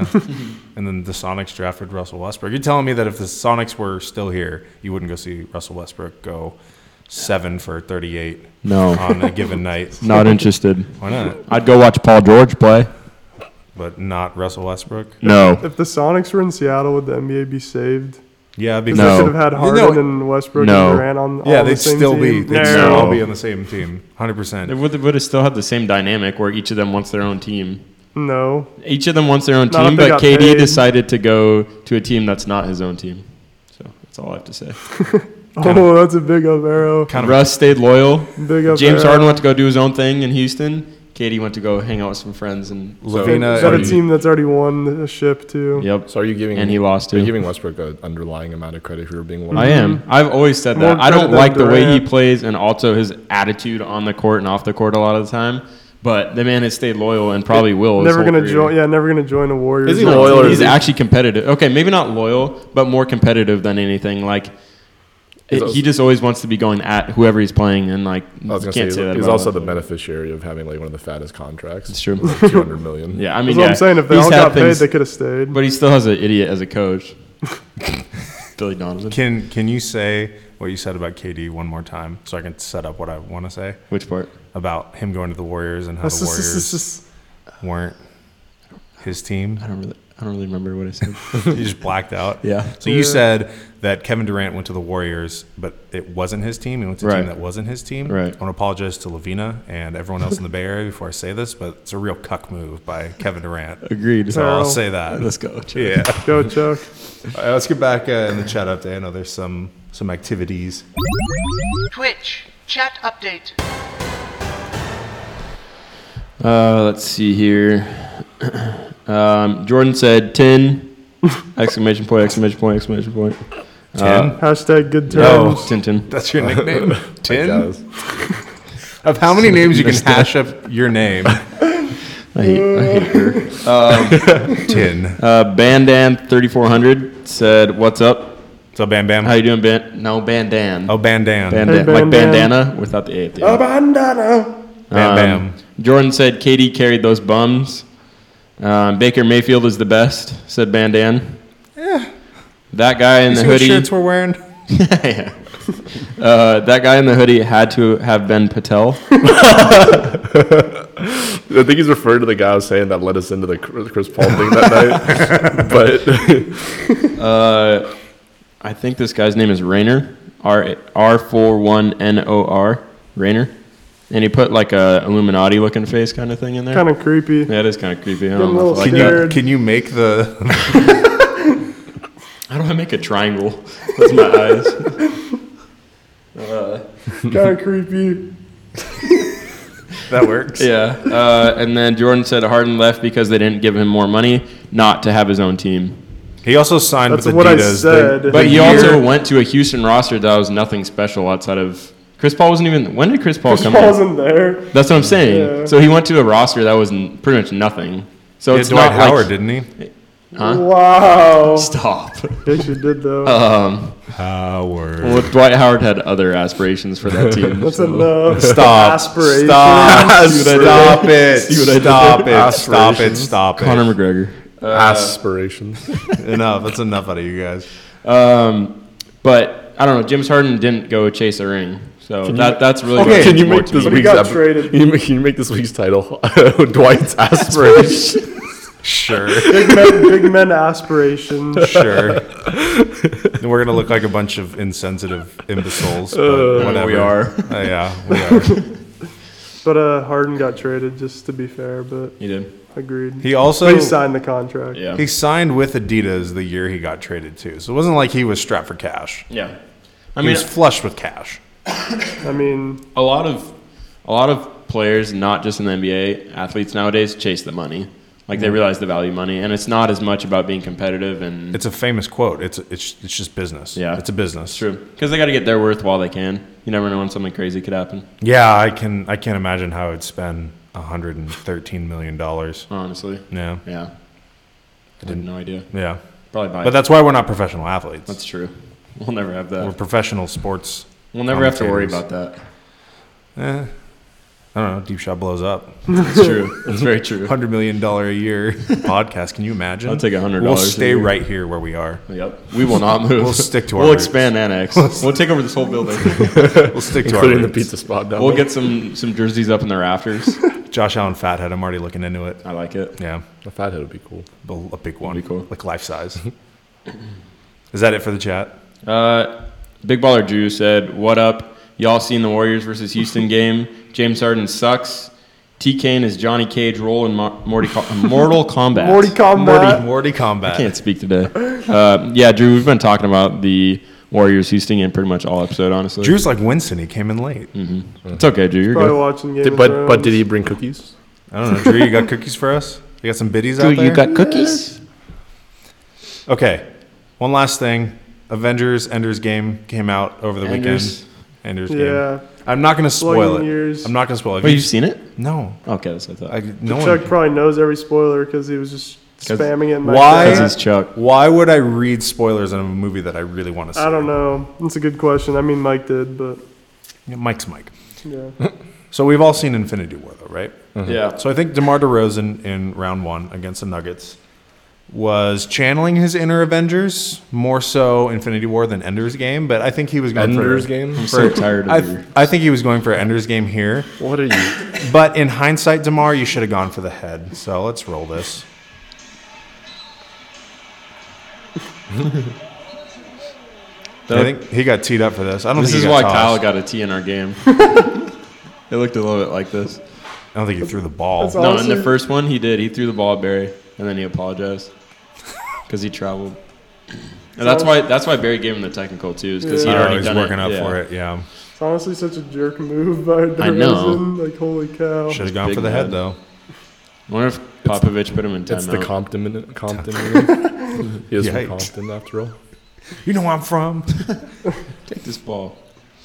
Speaker 6: and then the Sonics drafted Russell Westbrook. You're telling me that if the Sonics were still here, you wouldn't go see Russell Westbrook go seven for 38
Speaker 7: no,
Speaker 6: on a
Speaker 4: *laughs*
Speaker 6: given night?
Speaker 7: not interested.
Speaker 6: Why not?
Speaker 7: I'd go watch Paul George play.
Speaker 6: But not Russell Westbrook.
Speaker 7: No.
Speaker 4: If the Sonics were in Seattle, would the NBA be saved?
Speaker 6: Yeah,
Speaker 4: Because
Speaker 6: because
Speaker 7: No.
Speaker 4: they should have had
Speaker 6: You
Speaker 4: Harden
Speaker 6: know-
Speaker 4: and Westbrook
Speaker 7: No.
Speaker 4: and Durant on
Speaker 6: yeah,
Speaker 4: all the
Speaker 6: they'd
Speaker 4: same
Speaker 6: still be
Speaker 4: team.
Speaker 6: they'd still
Speaker 7: No.
Speaker 6: all be on the same team, hundred
Speaker 7: They
Speaker 6: percent.
Speaker 7: would, would have still had the same dynamic where each of them wants their own team.
Speaker 4: no.
Speaker 7: Each of them wants their own
Speaker 4: Not
Speaker 7: team,
Speaker 4: if they
Speaker 7: but
Speaker 4: got
Speaker 7: KD
Speaker 4: paid.
Speaker 7: decided to go to a team that's not his own team. So that's all I have to
Speaker 4: *laughs*
Speaker 7: say.
Speaker 4: Oh, that's a big up arrow.
Speaker 6: Kind of
Speaker 7: Russ stayed loyal.
Speaker 4: Big up
Speaker 7: James
Speaker 4: arrow.
Speaker 7: Harden went to go do his own thing in Houston. KD went to go hang out with some friends and so-
Speaker 6: Lavina
Speaker 4: Is that a
Speaker 6: and-
Speaker 4: team that's already won a ship too?
Speaker 7: Yep.
Speaker 5: so are you giving?
Speaker 7: And he lost
Speaker 5: Are you
Speaker 7: too.
Speaker 5: giving Westbrook an underlying amount of credit for being one?
Speaker 7: I am. I've always said
Speaker 4: More
Speaker 7: that. I
Speaker 4: credit
Speaker 7: don't
Speaker 4: than
Speaker 7: like the way he
Speaker 4: Durant.
Speaker 7: plays and also his attitude on the court and off the court a lot of the time. But the man has stayed loyal and probably will. his
Speaker 4: Never
Speaker 7: whole
Speaker 4: gonna
Speaker 7: career.
Speaker 4: join. Yeah, never gonna join a Warriors.
Speaker 5: Is he
Speaker 4: team.
Speaker 5: loyal or
Speaker 7: He's
Speaker 5: is he-
Speaker 7: actually competitive. Okay, maybe not loyal, but more competitive than anything. Like it,
Speaker 5: also-
Speaker 7: he just always wants to be going at whoever he's playing, and like
Speaker 5: I was
Speaker 7: can't
Speaker 5: gonna say,
Speaker 7: say,
Speaker 5: he's,
Speaker 7: that.
Speaker 5: he's
Speaker 7: about
Speaker 5: also
Speaker 7: him.
Speaker 5: the beneficiary of having like one of the fattest contracts.
Speaker 7: It's true.
Speaker 5: Like 200 million.
Speaker 7: Yeah, I
Speaker 4: That's
Speaker 7: mean,
Speaker 4: what
Speaker 7: yeah,
Speaker 4: I'm saying. If they
Speaker 7: he's
Speaker 4: all
Speaker 7: had
Speaker 4: got paid,
Speaker 7: things-
Speaker 4: they could have stayed.
Speaker 7: *laughs* but he still has an idiot as a
Speaker 4: *laughs*
Speaker 7: coach. Billy Donovan.
Speaker 6: Can can you say what you said about KD one more time so I can set up what I want to say
Speaker 7: Which part?
Speaker 6: about him going to the Warriors and how
Speaker 4: That's
Speaker 6: the
Speaker 4: just- this is
Speaker 6: Warriors
Speaker 4: *laughs* just-
Speaker 6: weren't
Speaker 4: *laughs*
Speaker 6: his team?
Speaker 7: I don't really, I don't really remember what I said. *laughs*
Speaker 6: You just blacked out.
Speaker 7: Yeah.
Speaker 6: So you said that Kevin Durant went to the Warriors, but it wasn't his team. He went to a
Speaker 7: Right.
Speaker 6: team that wasn't his team.
Speaker 7: Right.
Speaker 6: I want to apologize to Lavina and everyone else in the Bay Area before I say this, but it's a real cuck move by Kevin
Speaker 4: *laughs*
Speaker 6: Durant.
Speaker 7: Agreed.
Speaker 6: So I'll
Speaker 4: Well,
Speaker 6: say
Speaker 7: *laughs*
Speaker 6: that.
Speaker 7: Let's go. Chuck.
Speaker 6: Yeah. All
Speaker 4: Go Chuck.
Speaker 6: right, let's get back uh, in the chat update. I know there's some some activities.
Speaker 8: Twitch chat update.
Speaker 7: Uh, let's see here. *clears throat* Um, Jordan said
Speaker 4: *laughs*
Speaker 7: ten! exclamation point! Exclamation point! Exclamation point!
Speaker 6: Ten.
Speaker 4: Uh, Hashtag good
Speaker 7: Oh,
Speaker 4: terms.
Speaker 7: Tintin. *laughs*
Speaker 6: That's your nickname.
Speaker 5: Guys.
Speaker 6: *laughs* of how many names you can hash up
Speaker 7: *laughs*
Speaker 6: your name.
Speaker 7: I hate, I hate her. Um,
Speaker 6: Tin.
Speaker 7: Uh, Bandan thirty four hundred said, "What's up?"
Speaker 6: What's up, Bam Bam?
Speaker 7: How you doing, Ban? No, Bandan.
Speaker 6: Oh, Bandan.
Speaker 7: Bandan.
Speaker 6: Hey,
Speaker 7: like
Speaker 6: Bandan.
Speaker 7: bandana without the A at the end.
Speaker 4: Abandana.
Speaker 6: Bam
Speaker 7: Um, Jordan said, "Katie carried those bums." Um, Baker Mayfield is the best," said Bandan.
Speaker 6: Yeah.
Speaker 7: That guy in
Speaker 6: You
Speaker 7: the
Speaker 6: see what
Speaker 7: hoodie.
Speaker 6: shirts we're wearing?
Speaker 7: *laughs* yeah. Uh, that guy in the hoodie had to have been
Speaker 6: *laughs*
Speaker 7: Patel.
Speaker 5: I think he's referring to the guy I was saying that led us into the Chris Chris Paul thing that night.
Speaker 7: uh, I think this guy's name is Rainer. R R four one N O R Rainer, and he put like a Illuminati looking face kind of thing in there.
Speaker 4: Kind of creepy.
Speaker 7: *laughs* Yeah, it is kind of creepy. I
Speaker 4: Getting a
Speaker 7: don't know. if I like
Speaker 4: little
Speaker 6: Can
Speaker 7: that.
Speaker 6: you, can you make the. *laughs*
Speaker 7: How do I make a triangle *laughs* with my eyes? *laughs* Uh,
Speaker 4: kind of creepy.
Speaker 6: That works.
Speaker 7: yeah. Uh, and then Jordan said Harden left because they didn't give him more money not to have his own team.
Speaker 6: He also signed
Speaker 4: That's
Speaker 6: with
Speaker 4: what I
Speaker 6: Adidas.
Speaker 4: said.
Speaker 6: The-
Speaker 7: But
Speaker 6: the
Speaker 7: he
Speaker 6: year-
Speaker 7: also went to a Houston roster that was nothing special outside of. Chris Paul wasn't even. When did Chris Paul
Speaker 4: Chris
Speaker 7: come
Speaker 4: Paul
Speaker 7: in?
Speaker 4: wasn't there.
Speaker 7: That's what I'm saying.
Speaker 4: Yeah.
Speaker 7: So he went to a roster that was n- pretty much nothing. So
Speaker 6: Yeah,
Speaker 7: it's
Speaker 6: Dwight
Speaker 7: not like-
Speaker 6: Howard, didn't he?
Speaker 7: Huh?
Speaker 4: Wow.
Speaker 7: Stop.
Speaker 4: *laughs* Yes, you did though.
Speaker 7: *laughs* Um,
Speaker 6: Howard.
Speaker 7: well, Dwight Howard had other aspirations for *laughs* that team.
Speaker 4: That's
Speaker 7: so-
Speaker 4: enough.
Speaker 6: Stop.
Speaker 4: Aspiration.
Speaker 6: *laughs* Stop.
Speaker 7: See what I did
Speaker 6: Stop
Speaker 7: there?
Speaker 6: it.
Speaker 7: See what I did
Speaker 6: Stop
Speaker 7: there?
Speaker 6: it. Stop it. Stop it.
Speaker 7: Conor McGregor.
Speaker 5: Aspirations.
Speaker 6: enough. That's enough out of you guys.
Speaker 7: Um, but I don't know. James Harden didn't go chase a ring, so that that's really
Speaker 5: Okay,
Speaker 7: what
Speaker 5: can you
Speaker 7: means more
Speaker 5: make
Speaker 7: to
Speaker 5: this
Speaker 7: me.
Speaker 4: But he
Speaker 5: week's
Speaker 4: got
Speaker 5: epi-
Speaker 4: traded.
Speaker 5: Can you make, can you make this week's title *laughs* Dwight's aspirations?
Speaker 6: Sure.
Speaker 4: Big men, big men aspirations.
Speaker 6: sure.
Speaker 7: *laughs*
Speaker 6: And we're gonna look like a bunch of insensitive imbeciles. But whatever.
Speaker 7: we are.
Speaker 6: Uh, yeah, we
Speaker 7: *laughs*
Speaker 6: are.
Speaker 4: But uh, Harden got traded, just to be fair. But
Speaker 7: He did.
Speaker 4: agreed. He,
Speaker 6: He also
Speaker 4: he signed the contract.
Speaker 7: Yeah.
Speaker 6: He signed with Adidas the year he got traded too, so it wasn't like he was strapped for cash.
Speaker 7: Yeah. I
Speaker 6: I mean, he
Speaker 7: mean, uh,
Speaker 6: was flushed with cash.
Speaker 4: I mean,
Speaker 7: a lot of a lot of players, not just in the NBA, athletes nowadays chase the money. Like they realize the value of money, and it's not as much about being competitive and
Speaker 6: It's a famous quote. It's it's it's just business.
Speaker 7: Yeah.
Speaker 6: it's a business.
Speaker 7: True, because they got to get their worth while they can. You never know when something crazy could happen.
Speaker 6: Yeah, I can I can't imagine how I'd spend 113 million dollars.
Speaker 7: Honestly,
Speaker 6: Yeah,
Speaker 7: yeah, I didn't no idea.
Speaker 6: yeah.
Speaker 7: Probably buy.
Speaker 6: But that's why we're not professional athletes.
Speaker 7: that's true. We'll never have
Speaker 6: we're
Speaker 7: that.
Speaker 6: professional sports.
Speaker 7: We'll never have to worry about
Speaker 6: commentators.
Speaker 7: that.
Speaker 6: Eh, I don't know. Deep shot blows up.
Speaker 7: It's true. It's very true.
Speaker 6: Hundred million dollar
Speaker 7: *laughs*
Speaker 6: a year podcast. Can you imagine?
Speaker 7: I'll take $100
Speaker 6: We'll
Speaker 7: a
Speaker 6: stay
Speaker 7: year.
Speaker 6: right here where we
Speaker 7: *laughs*
Speaker 6: are.
Speaker 7: Yep. We will not move.
Speaker 6: We'll stick to our
Speaker 7: We'll
Speaker 6: roots.
Speaker 7: expand Annex.
Speaker 6: *laughs*
Speaker 7: we'll take over this whole building.
Speaker 6: We'll stick to our
Speaker 5: Including the
Speaker 6: roots.
Speaker 5: pizza spot down
Speaker 7: we'll
Speaker 5: there.
Speaker 7: get some some jerseys up in the rafters.
Speaker 6: Josh Allen Fathead. I'm already looking into it.
Speaker 7: I like it.
Speaker 6: Yeah,
Speaker 5: The fathead would be cool.
Speaker 6: a a big one,
Speaker 7: That'd be cool.
Speaker 6: like life size. Is that it for the chat?
Speaker 7: Uh, Big Baller Drew said, "What up? Y'all seen the Warriors versus Houston game? James Harden sucks. T Kane is Johnny Cage role in Mo- Morty Co- *laughs* Mortal Kombat.
Speaker 4: Morty
Speaker 6: Morty,
Speaker 4: combat.
Speaker 6: Morty combat.
Speaker 7: Can't speak today. Uh, yeah, Drew, we've been talking about the Warriors Houston game pretty much all episode. Honestly,
Speaker 6: Drew's like Winston. He came in late.
Speaker 7: Hmm. it's okay, Drew. You're
Speaker 4: Probably
Speaker 7: good.
Speaker 4: watching Game
Speaker 5: Did,
Speaker 4: of
Speaker 5: but but
Speaker 4: Thrones.
Speaker 5: did he bring cookies?
Speaker 6: I don't know. Drew, you got cookies for us? You got some biddies out there?
Speaker 7: cookies?
Speaker 6: okay. One last thing. Avengers Ender's Game came out over the
Speaker 7: Ender's-
Speaker 6: weekend. Ender's
Speaker 4: Yeah.
Speaker 6: Game. I'm not going to spoil
Speaker 4: Slugging
Speaker 6: it.
Speaker 4: years.
Speaker 6: I'm not going to spoil it.
Speaker 7: Wait, you've seen it?
Speaker 6: no.
Speaker 7: Okay, that's what I thought.
Speaker 6: I, no
Speaker 4: Chuck
Speaker 6: one.
Speaker 4: probably knows every spoiler because he was just
Speaker 7: 'Cause-
Speaker 4: spamming it. in my
Speaker 6: Why?
Speaker 4: chat.
Speaker 7: Because he's Chuck.
Speaker 6: Why would I read spoilers in a movie that I really want to see?
Speaker 4: I don't know. That's a good question. I mean, Mike did, but
Speaker 6: Yeah, Mike's Mike.
Speaker 4: yeah.
Speaker 6: So we've all seen Infinity War, though, right?
Speaker 7: Yeah.
Speaker 6: So I think DeMar DeRozan in round one against the Nuggets was channeling his inner Avengers more so Infinity War than Ender's Game, but I think he was going
Speaker 5: Ender's
Speaker 6: for,
Speaker 5: Game?
Speaker 6: *laughs*
Speaker 7: I'm so tired of
Speaker 6: I,
Speaker 7: you.
Speaker 6: I think he was going for Ender's Game here,
Speaker 5: What are you?
Speaker 6: but in hindsight, Demar, you should have gone for the head. So let's roll this. I think he got teed up for this. I don't.
Speaker 7: This
Speaker 6: think
Speaker 7: is
Speaker 6: he
Speaker 7: why
Speaker 6: got
Speaker 7: Kyle
Speaker 6: tossed.
Speaker 7: got a T in our game.
Speaker 6: *laughs*
Speaker 7: it looked a little bit like this.
Speaker 6: I don't think he threw the ball.
Speaker 4: all-
Speaker 7: No, in the
Speaker 4: Honestly-
Speaker 7: first one he did. He threw the ball at Barry, and then he
Speaker 6: *laughs*
Speaker 7: apologized because he traveled. And that's why that's why Barry gave him the technical too, is because
Speaker 6: Oh,
Speaker 7: he already
Speaker 6: he's
Speaker 7: done
Speaker 6: working
Speaker 7: it.
Speaker 6: up
Speaker 7: Yeah.
Speaker 6: for it. Yeah,
Speaker 4: It's honestly such a jerk move by DeRozan.
Speaker 7: I know.
Speaker 4: Like, holy cow.
Speaker 6: should have gone
Speaker 7: big
Speaker 6: for the head
Speaker 7: man.
Speaker 6: though.
Speaker 7: I wonder if Popovich put him in
Speaker 5: It's the
Speaker 7: timeout.
Speaker 5: Compton minute. Compton minute. *laughs* he is
Speaker 6: Yikes.
Speaker 5: from Compton, after all.
Speaker 6: You know where I'm from. *laughs*
Speaker 7: Take this ball.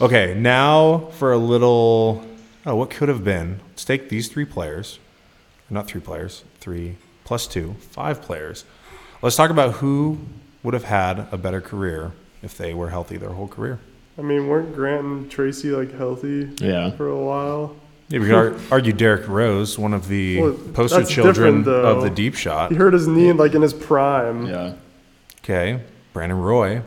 Speaker 6: Okay, now for a little oh, what could have been? Let's take these three players, not three players, three plus two, five players. Let's talk about who would have had a better career if they were healthy their whole career.
Speaker 4: I mean, weren't Grant and Tracy like healthy?
Speaker 6: Yeah.
Speaker 4: For a while.
Speaker 6: Yeah, we could ar- argue Derek Rose, one of the
Speaker 4: Well,
Speaker 6: poster
Speaker 4: that's different,
Speaker 6: children
Speaker 4: though.
Speaker 6: of the deep shot.
Speaker 4: He hurt his knee like in his prime.
Speaker 7: Yeah.
Speaker 6: Okay, Brandon Roy.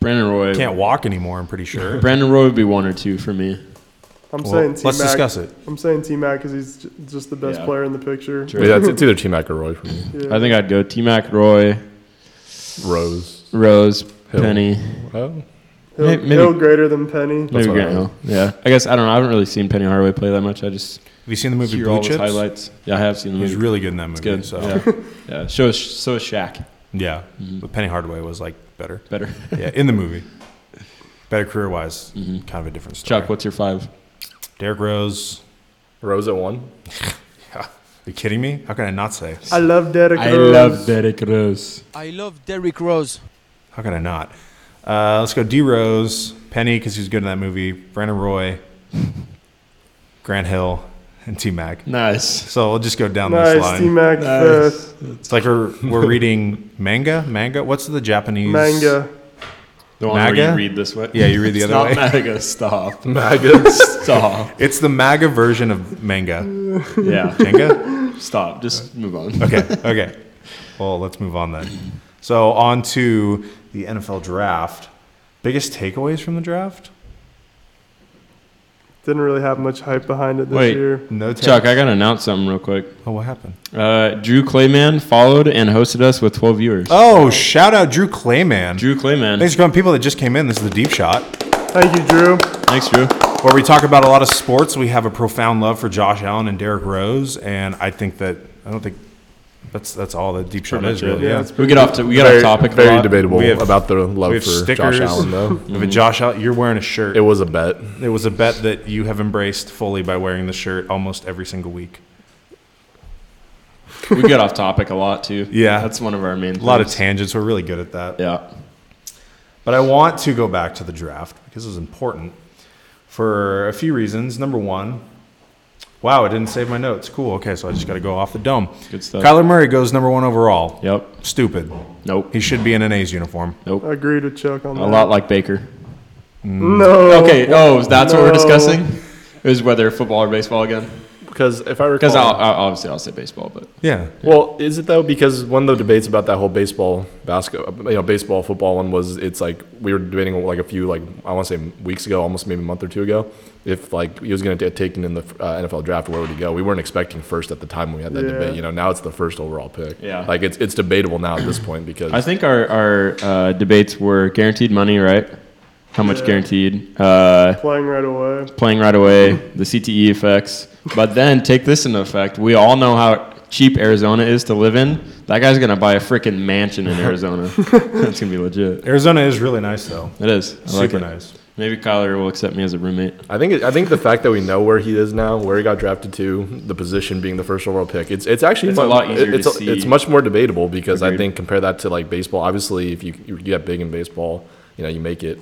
Speaker 7: Brandon Roy
Speaker 6: Can't walk anymore, I'm pretty sure.
Speaker 7: Brandon Roy would be one or two for me.
Speaker 4: I'm
Speaker 6: Well,
Speaker 4: saying T
Speaker 6: let's discuss it.
Speaker 4: I'm saying T Mac because he's j- just the best
Speaker 7: Yeah.
Speaker 4: player in the picture.
Speaker 5: Yeah, it's, it's either T Mac or Roy for me.
Speaker 4: Yeah.
Speaker 7: I think I'd go T Mac Roy,
Speaker 5: Rose.
Speaker 7: Rose,
Speaker 5: Hill.
Speaker 7: Penny,
Speaker 5: Oh,
Speaker 4: Hill,
Speaker 7: may- maybe-
Speaker 4: Hill greater than Penny.
Speaker 7: maybe
Speaker 5: what
Speaker 7: Grant
Speaker 5: I-
Speaker 7: Hill. Yeah, I guess I don't know. I haven't really seen Penny Hardaway play that much. I just
Speaker 6: Have you seen the movie
Speaker 7: hear
Speaker 6: Blue
Speaker 7: all his
Speaker 6: Chips?
Speaker 7: highlights. Yeah, I have seen the
Speaker 6: He was
Speaker 7: movie.
Speaker 6: really good in that movie.
Speaker 7: it's good.
Speaker 6: So yeah, *laughs*
Speaker 7: Yeah, yeah. So is, so is Shaq.
Speaker 6: but Penny Hardaway was like better.
Speaker 7: Better. *laughs*
Speaker 6: yeah, in the movie, better career wise, kind of a different story.
Speaker 7: Chuck, what's your five?
Speaker 6: Derrick Rose. *laughs*
Speaker 5: Rose at one.
Speaker 6: Are you kidding me? How can I not say?
Speaker 4: I love Derek
Speaker 7: I
Speaker 4: Rose.
Speaker 7: love Derek Rose.
Speaker 2: I love Derrick Rose.
Speaker 6: How can I not? Uh, let's go D Rose, Penny, because he was good in that movie, Brandon Roy, Grant Hill, and T Mac.
Speaker 7: Nice.
Speaker 6: So we'll just go down this
Speaker 4: Nice
Speaker 6: line.
Speaker 4: T Mac fifth.
Speaker 6: It's like we're, we're reading manga? Manga? What's the Japanese?
Speaker 4: Manga.
Speaker 7: The one where
Speaker 6: Maga?
Speaker 7: you read this way.
Speaker 6: Yeah, you read the
Speaker 7: It's
Speaker 6: other way.
Speaker 7: Not Maga.
Speaker 6: *laughs*
Speaker 7: Stop.
Speaker 5: Magus.
Speaker 7: Stop.
Speaker 6: It's the MAGA version of manga. *laughs*
Speaker 7: Yeah.
Speaker 6: Jenga?
Speaker 7: Stop. Just move on.
Speaker 6: Okay, okay. Well, let's move on then. So on to the NFL draft. Biggest takeaways from the draft?
Speaker 4: Didn't really have much hype behind it this
Speaker 7: Wait.
Speaker 4: year.
Speaker 6: No take-
Speaker 7: Chuck, I gotta announce something real quick.
Speaker 6: Oh, what happened?
Speaker 7: Uh, Drew Clayman followed and hosted us with 12 viewers.
Speaker 6: Oh, shout out Drew Clayman.
Speaker 7: Drew Clayman.
Speaker 6: Thanks for coming. People that just came in, this is the deep shot.
Speaker 4: Thank you, Drew.
Speaker 7: Thanks, Drew.
Speaker 6: where we talk about a lot of sports. We have a profound love for Josh Allen and Derrick Rose, and I think that I don't think that's that's all that deep shot
Speaker 7: Pretty
Speaker 6: is
Speaker 7: much it,
Speaker 6: really. Yeah,
Speaker 4: it's
Speaker 7: We get off to we get
Speaker 5: very,
Speaker 7: off topic. a
Speaker 5: Very
Speaker 7: lot.
Speaker 5: debatable
Speaker 6: We have-
Speaker 5: about the love
Speaker 6: we have
Speaker 5: for
Speaker 6: stickers.
Speaker 5: Josh
Speaker 6: *laughs*
Speaker 5: Allen though.
Speaker 6: If a Josh Allen, you're wearing a shirt.
Speaker 5: It
Speaker 6: It,
Speaker 5: was a bet.
Speaker 6: was a bet that you have embraced fully by wearing the shirt almost every single week.
Speaker 7: We get off topic a lot too.
Speaker 6: Yeah.
Speaker 7: that's one of our main.
Speaker 6: A lot of
Speaker 7: things.
Speaker 6: tangents. We're really good at that.
Speaker 7: Yeah.
Speaker 6: But I want to go back to the draft because it's important for a few reasons. Number one, wow, I didn't save my notes. Cool. Okay, so I just got to go off the dome.
Speaker 7: Good stuff.
Speaker 6: Kyler Murray goes number one overall.
Speaker 7: Yep.
Speaker 6: Stupid.
Speaker 7: Nope.
Speaker 6: He should be in an A's uniform.
Speaker 7: Nope.
Speaker 4: Agreed with Chuck on
Speaker 7: A
Speaker 4: that.
Speaker 7: lot like Baker.
Speaker 4: No.
Speaker 7: Okay. Oh, that's what we're
Speaker 4: No.
Speaker 7: discussing. Is whether football or baseball again?
Speaker 5: Because if I recall,
Speaker 7: Because I'll, I'll, obviously I'll say baseball, but
Speaker 6: Yeah.
Speaker 5: Well, is it though? Because one of the debates about that whole baseball, basketball, you know, baseball, football one was it's like we were debating like a few like I want to say weeks ago, almost maybe a month or two ago, if like he was going to get taken in the uh, NFL draft, where would he go? We weren't expecting first at the time when we had that
Speaker 4: Yeah.
Speaker 5: debate. You know, now it's the first overall pick.
Speaker 7: Yeah.
Speaker 5: like it's it's debatable now at this point because
Speaker 7: I think our our uh, debates were guaranteed money, right? How much
Speaker 4: Yeah.
Speaker 7: guaranteed? Uh,
Speaker 4: Playing right away.
Speaker 7: playing right away, the CTE effects. But then take this into effect. We all know how cheap Arizona is to live in. That guy's gonna buy a freaking mansion
Speaker 6: *laughs*
Speaker 7: in Arizona. That's gonna be legit.
Speaker 6: Arizona is really nice, though.
Speaker 7: It is. I like
Speaker 6: Super
Speaker 7: it.
Speaker 6: nice.
Speaker 7: Maybe Kyler will accept me as a roommate.
Speaker 5: I think it, I think the fact that we know where he is now, where he got drafted to, the position being the first overall pick, it's it's actually
Speaker 7: It's
Speaker 5: mu-
Speaker 7: a lot easier to
Speaker 5: it's,
Speaker 7: see.
Speaker 5: it's much more debatable because I
Speaker 7: Agreed.
Speaker 5: think compare that to like baseball. Obviously, if you you get big in baseball, you know you make it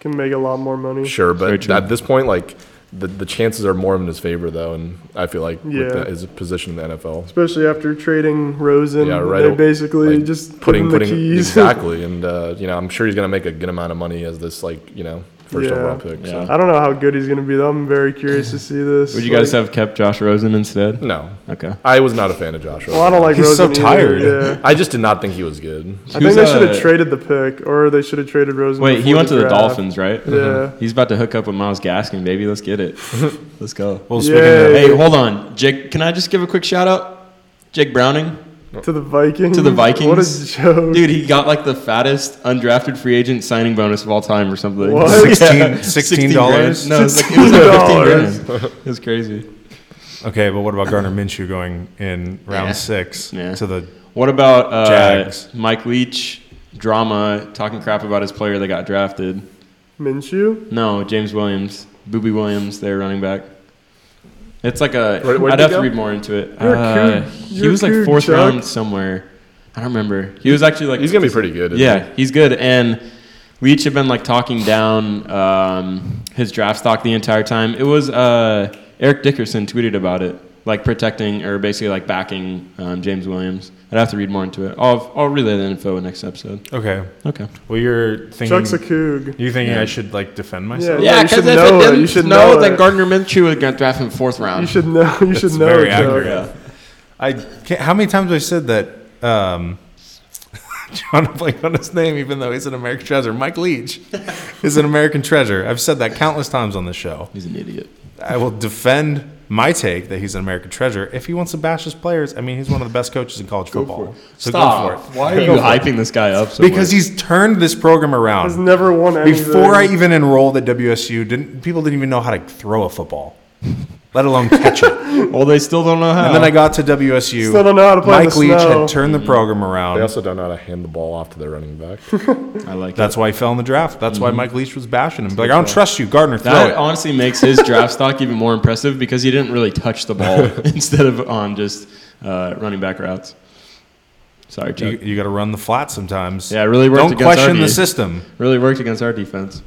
Speaker 4: Can make a lot more money.
Speaker 5: sure,
Speaker 7: Very
Speaker 5: but
Speaker 7: true.
Speaker 5: at this point, like the the chances are more in his favor though, and I feel like
Speaker 4: Yeah.
Speaker 5: with that, his position in the NFL,
Speaker 4: Especially after trading Rosen.
Speaker 5: yeah, right.
Speaker 4: They
Speaker 5: o-
Speaker 4: basically
Speaker 5: like,
Speaker 4: just putting, the keys. *laughs*
Speaker 5: exactly, and uh, you know I'm sure he's gonna make a good amount of money as this like you know first
Speaker 4: Yeah.
Speaker 5: overall pick. So.
Speaker 4: I don't know how good he's gonna be though. I'm very curious to see this.
Speaker 7: Would you guys
Speaker 4: Like,
Speaker 7: have kept Josh Rosen instead?
Speaker 5: No,
Speaker 7: Okay.
Speaker 5: I was not a fan of Josh.
Speaker 4: Well, I don't like
Speaker 6: He's so
Speaker 4: Rosen either,
Speaker 6: tired.
Speaker 4: Yeah.
Speaker 5: I just did not think he was good.
Speaker 4: I
Speaker 7: Who's,
Speaker 4: think they should
Speaker 7: uh,
Speaker 4: have traded the pick, or they should have traded Rosen.
Speaker 7: Wait, he
Speaker 4: before
Speaker 7: went to the
Speaker 4: draft.
Speaker 7: Dolphins, right?
Speaker 4: Yeah.
Speaker 7: *laughs* He's about to hook up with Miles Gaskin, baby. Let's get
Speaker 4: *laughs*
Speaker 7: it. Let's go.
Speaker 4: Yeah.
Speaker 6: Well, speaking of,
Speaker 7: Hey, hold on, Jake. Can I just give a quick shout out? Jake Browning.
Speaker 4: To the Vikings.
Speaker 7: To the Vikings?
Speaker 4: *laughs* What a joke.
Speaker 7: Dude, he got like the fattest undrafted free agent signing bonus of all time or something.
Speaker 4: What?
Speaker 7: *laughs* Yeah.
Speaker 6: 16
Speaker 7: 16
Speaker 6: 16 dollars.
Speaker 7: grand. No, it was like, it was like 15
Speaker 4: $16.
Speaker 7: grand. It was crazy.
Speaker 6: Okay, but what about Garner Minshew going in round
Speaker 7: Yeah.
Speaker 6: six
Speaker 7: Yeah.
Speaker 6: to the?
Speaker 7: What about uh,
Speaker 6: Jags.
Speaker 7: Mike Leach drama talking crap about his player that got drafted?
Speaker 4: Minshew.
Speaker 7: No, James Williams, Booby Williams, their running back. It's like a.
Speaker 5: Where- where'd
Speaker 7: would
Speaker 5: he
Speaker 7: have to
Speaker 5: go?
Speaker 7: read more into it.
Speaker 4: You're a
Speaker 7: Uh,
Speaker 4: coon.
Speaker 7: he
Speaker 4: You're a
Speaker 7: was like
Speaker 4: coon,
Speaker 7: fourth
Speaker 4: Chuck.
Speaker 7: round somewhere. I don't remember. He was actually like
Speaker 5: He's gonna be pretty good. isn't he?
Speaker 7: Yeah, he's good. And Leach had been like talking down um, his draft stock the entire time. It was uh, Eric Dickerson tweeted about it, like protecting or basically like backing um, James Williams. I'd have to read more into it. I'll I'll relay the info in next episode.
Speaker 6: Okay.
Speaker 7: Okay.
Speaker 6: Well, you're thinking.
Speaker 4: Chuck's a coog.
Speaker 6: You thinking
Speaker 7: Yeah.
Speaker 6: I should like defend myself?
Speaker 4: Yeah,
Speaker 7: Yeah,
Speaker 4: you should
Speaker 7: because if
Speaker 4: know
Speaker 7: I
Speaker 4: it.
Speaker 7: didn't
Speaker 4: You should
Speaker 7: know,
Speaker 4: know
Speaker 7: that
Speaker 4: it.
Speaker 7: Gardner Minshew was going to draft him fourth round.
Speaker 4: You should know. You should
Speaker 6: That's
Speaker 4: know.
Speaker 6: very
Speaker 4: Chuck.
Speaker 6: accurate.
Speaker 7: yeah.
Speaker 6: I can't, how many times have I said that? Um, *laughs* John I'm blanking on his name, even though he's an American treasure. Mike Leach is an American treasure. I've said that countless times on this show.
Speaker 7: He's an idiot.
Speaker 6: I will defend my take that he's an American treasure. If he wants to bash his players, I mean, he's one of the best coaches in college football. So go for it.
Speaker 7: Why are you hyping this guy up? So
Speaker 6: Because
Speaker 7: much?
Speaker 6: he's turned this program
Speaker 4: Has
Speaker 6: around.
Speaker 4: never won anything.
Speaker 6: Before I even enrolled at WSU, didn't people didn't even know how to throw a football, let alone catch it.
Speaker 7: well, they still don't know how.
Speaker 6: And then I got to WSU.
Speaker 4: Oh. Still don't know how to play in
Speaker 6: Mike
Speaker 4: the
Speaker 6: Leach
Speaker 4: snow.
Speaker 6: had turned the
Speaker 7: Mm-hmm.
Speaker 6: program around.
Speaker 5: They also don't know how to hand the ball off to their running *laughs* back.
Speaker 7: I like that.
Speaker 6: That's why he fell in the draft. That's why Mike Leach was bashing him. Like, I don't trust you, Gardner. Throw
Speaker 7: Mm-hmm. That
Speaker 6: *laughs* it.
Speaker 7: honestly makes his draft stock even more impressive because he didn't really touch the ball *laughs* instead of on just uh, running back routes. Sorry, Chuck.
Speaker 6: You, got to run the flat sometimes.
Speaker 7: Yeah, it really worked
Speaker 6: Don't
Speaker 7: against our
Speaker 6: question the
Speaker 7: D.
Speaker 6: system.
Speaker 7: Really worked against our defense.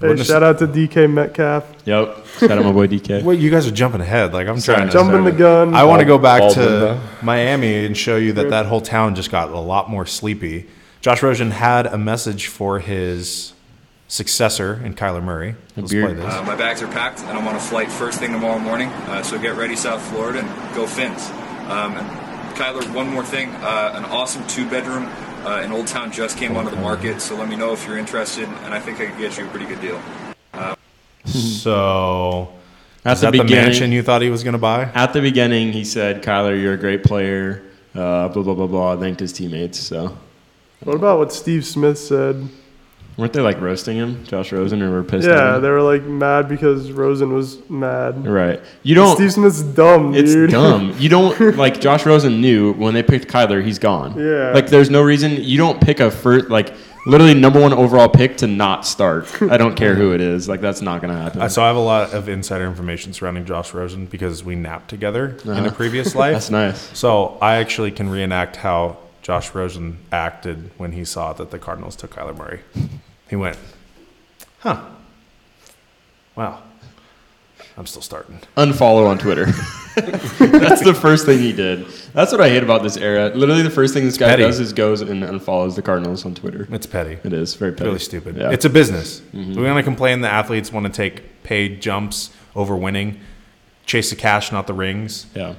Speaker 4: Hey, shout out to DK Metcalf.
Speaker 7: Yep. Shout out my boy DK.
Speaker 6: Well, you guys are jumping ahead. Like I'm trying to
Speaker 4: Jumping the gun.
Speaker 6: I want to go back
Speaker 5: Baldwin,
Speaker 6: to
Speaker 5: though.
Speaker 6: Miami and show you that that whole town just got a lot more sleepy. Josh Rosen had a message for his successor in Kyler Murray. Let's play
Speaker 7: beard.
Speaker 6: this.
Speaker 11: Uh, my bags are packed, and I'm on a flight first thing tomorrow morning. Uh, so get ready, South Florida, and go Fins. Um, and Kyler, one more thing: uh, an awesome two-bedroom uh, in Old Town just came onto the market. So let me know if you're interested, and I think I could get you a pretty good deal. Uh,
Speaker 6: So
Speaker 7: At
Speaker 6: is
Speaker 7: the
Speaker 6: that the mansion
Speaker 7: beginning,
Speaker 6: you thought he was going to buy?
Speaker 7: at the beginning, he said, "Kyler, you're a great player." Uh, blah blah blah blah. Thanked his teammates. So
Speaker 4: What about what Steve Smith said?
Speaker 7: weren't they like roasting him, Josh Rosen, or were pissed?
Speaker 4: Yeah,
Speaker 7: at
Speaker 4: they
Speaker 7: him?
Speaker 4: were like mad because Rosen was mad.
Speaker 7: right. You don't.
Speaker 4: Steve Smith's
Speaker 7: Oh.
Speaker 4: dumb,
Speaker 7: It's
Speaker 4: dude. *laughs*
Speaker 7: dumb. You don't like Josh Rosen knew when they picked Kyler, he's gone.
Speaker 4: Yeah.
Speaker 7: Like there's no reason you don't pick a first like literally number one overall pick to not
Speaker 4: *laughs*
Speaker 7: start. I don't care who it is. Like that's not gonna happen.
Speaker 6: Uh, so I have a lot of insider information surrounding Josh Rosen because we napped together in
Speaker 7: *laughs*
Speaker 6: a previous life.
Speaker 7: Uh-huh. That's nice.
Speaker 6: So I actually can reenact how Josh Rosen acted when he saw that the Cardinals took Kyler Murray. He went, huh. Wow. I'm still starting.
Speaker 7: Unfollow on
Speaker 4: *laughs*
Speaker 7: Twitter. that's the first thing he did. That's what I hate about this era. Literally the first thing this guy
Speaker 6: Petty.
Speaker 7: does is goes and unfollows the Cardinals on Twitter.
Speaker 6: It's petty.
Speaker 7: It is very petty.
Speaker 6: Really stupid.
Speaker 7: Yeah. Mm-hmm.
Speaker 6: It's a business. We're going to complain that athletes want to take paid jumps over winning, chase the cash, not the rings.
Speaker 7: yeah.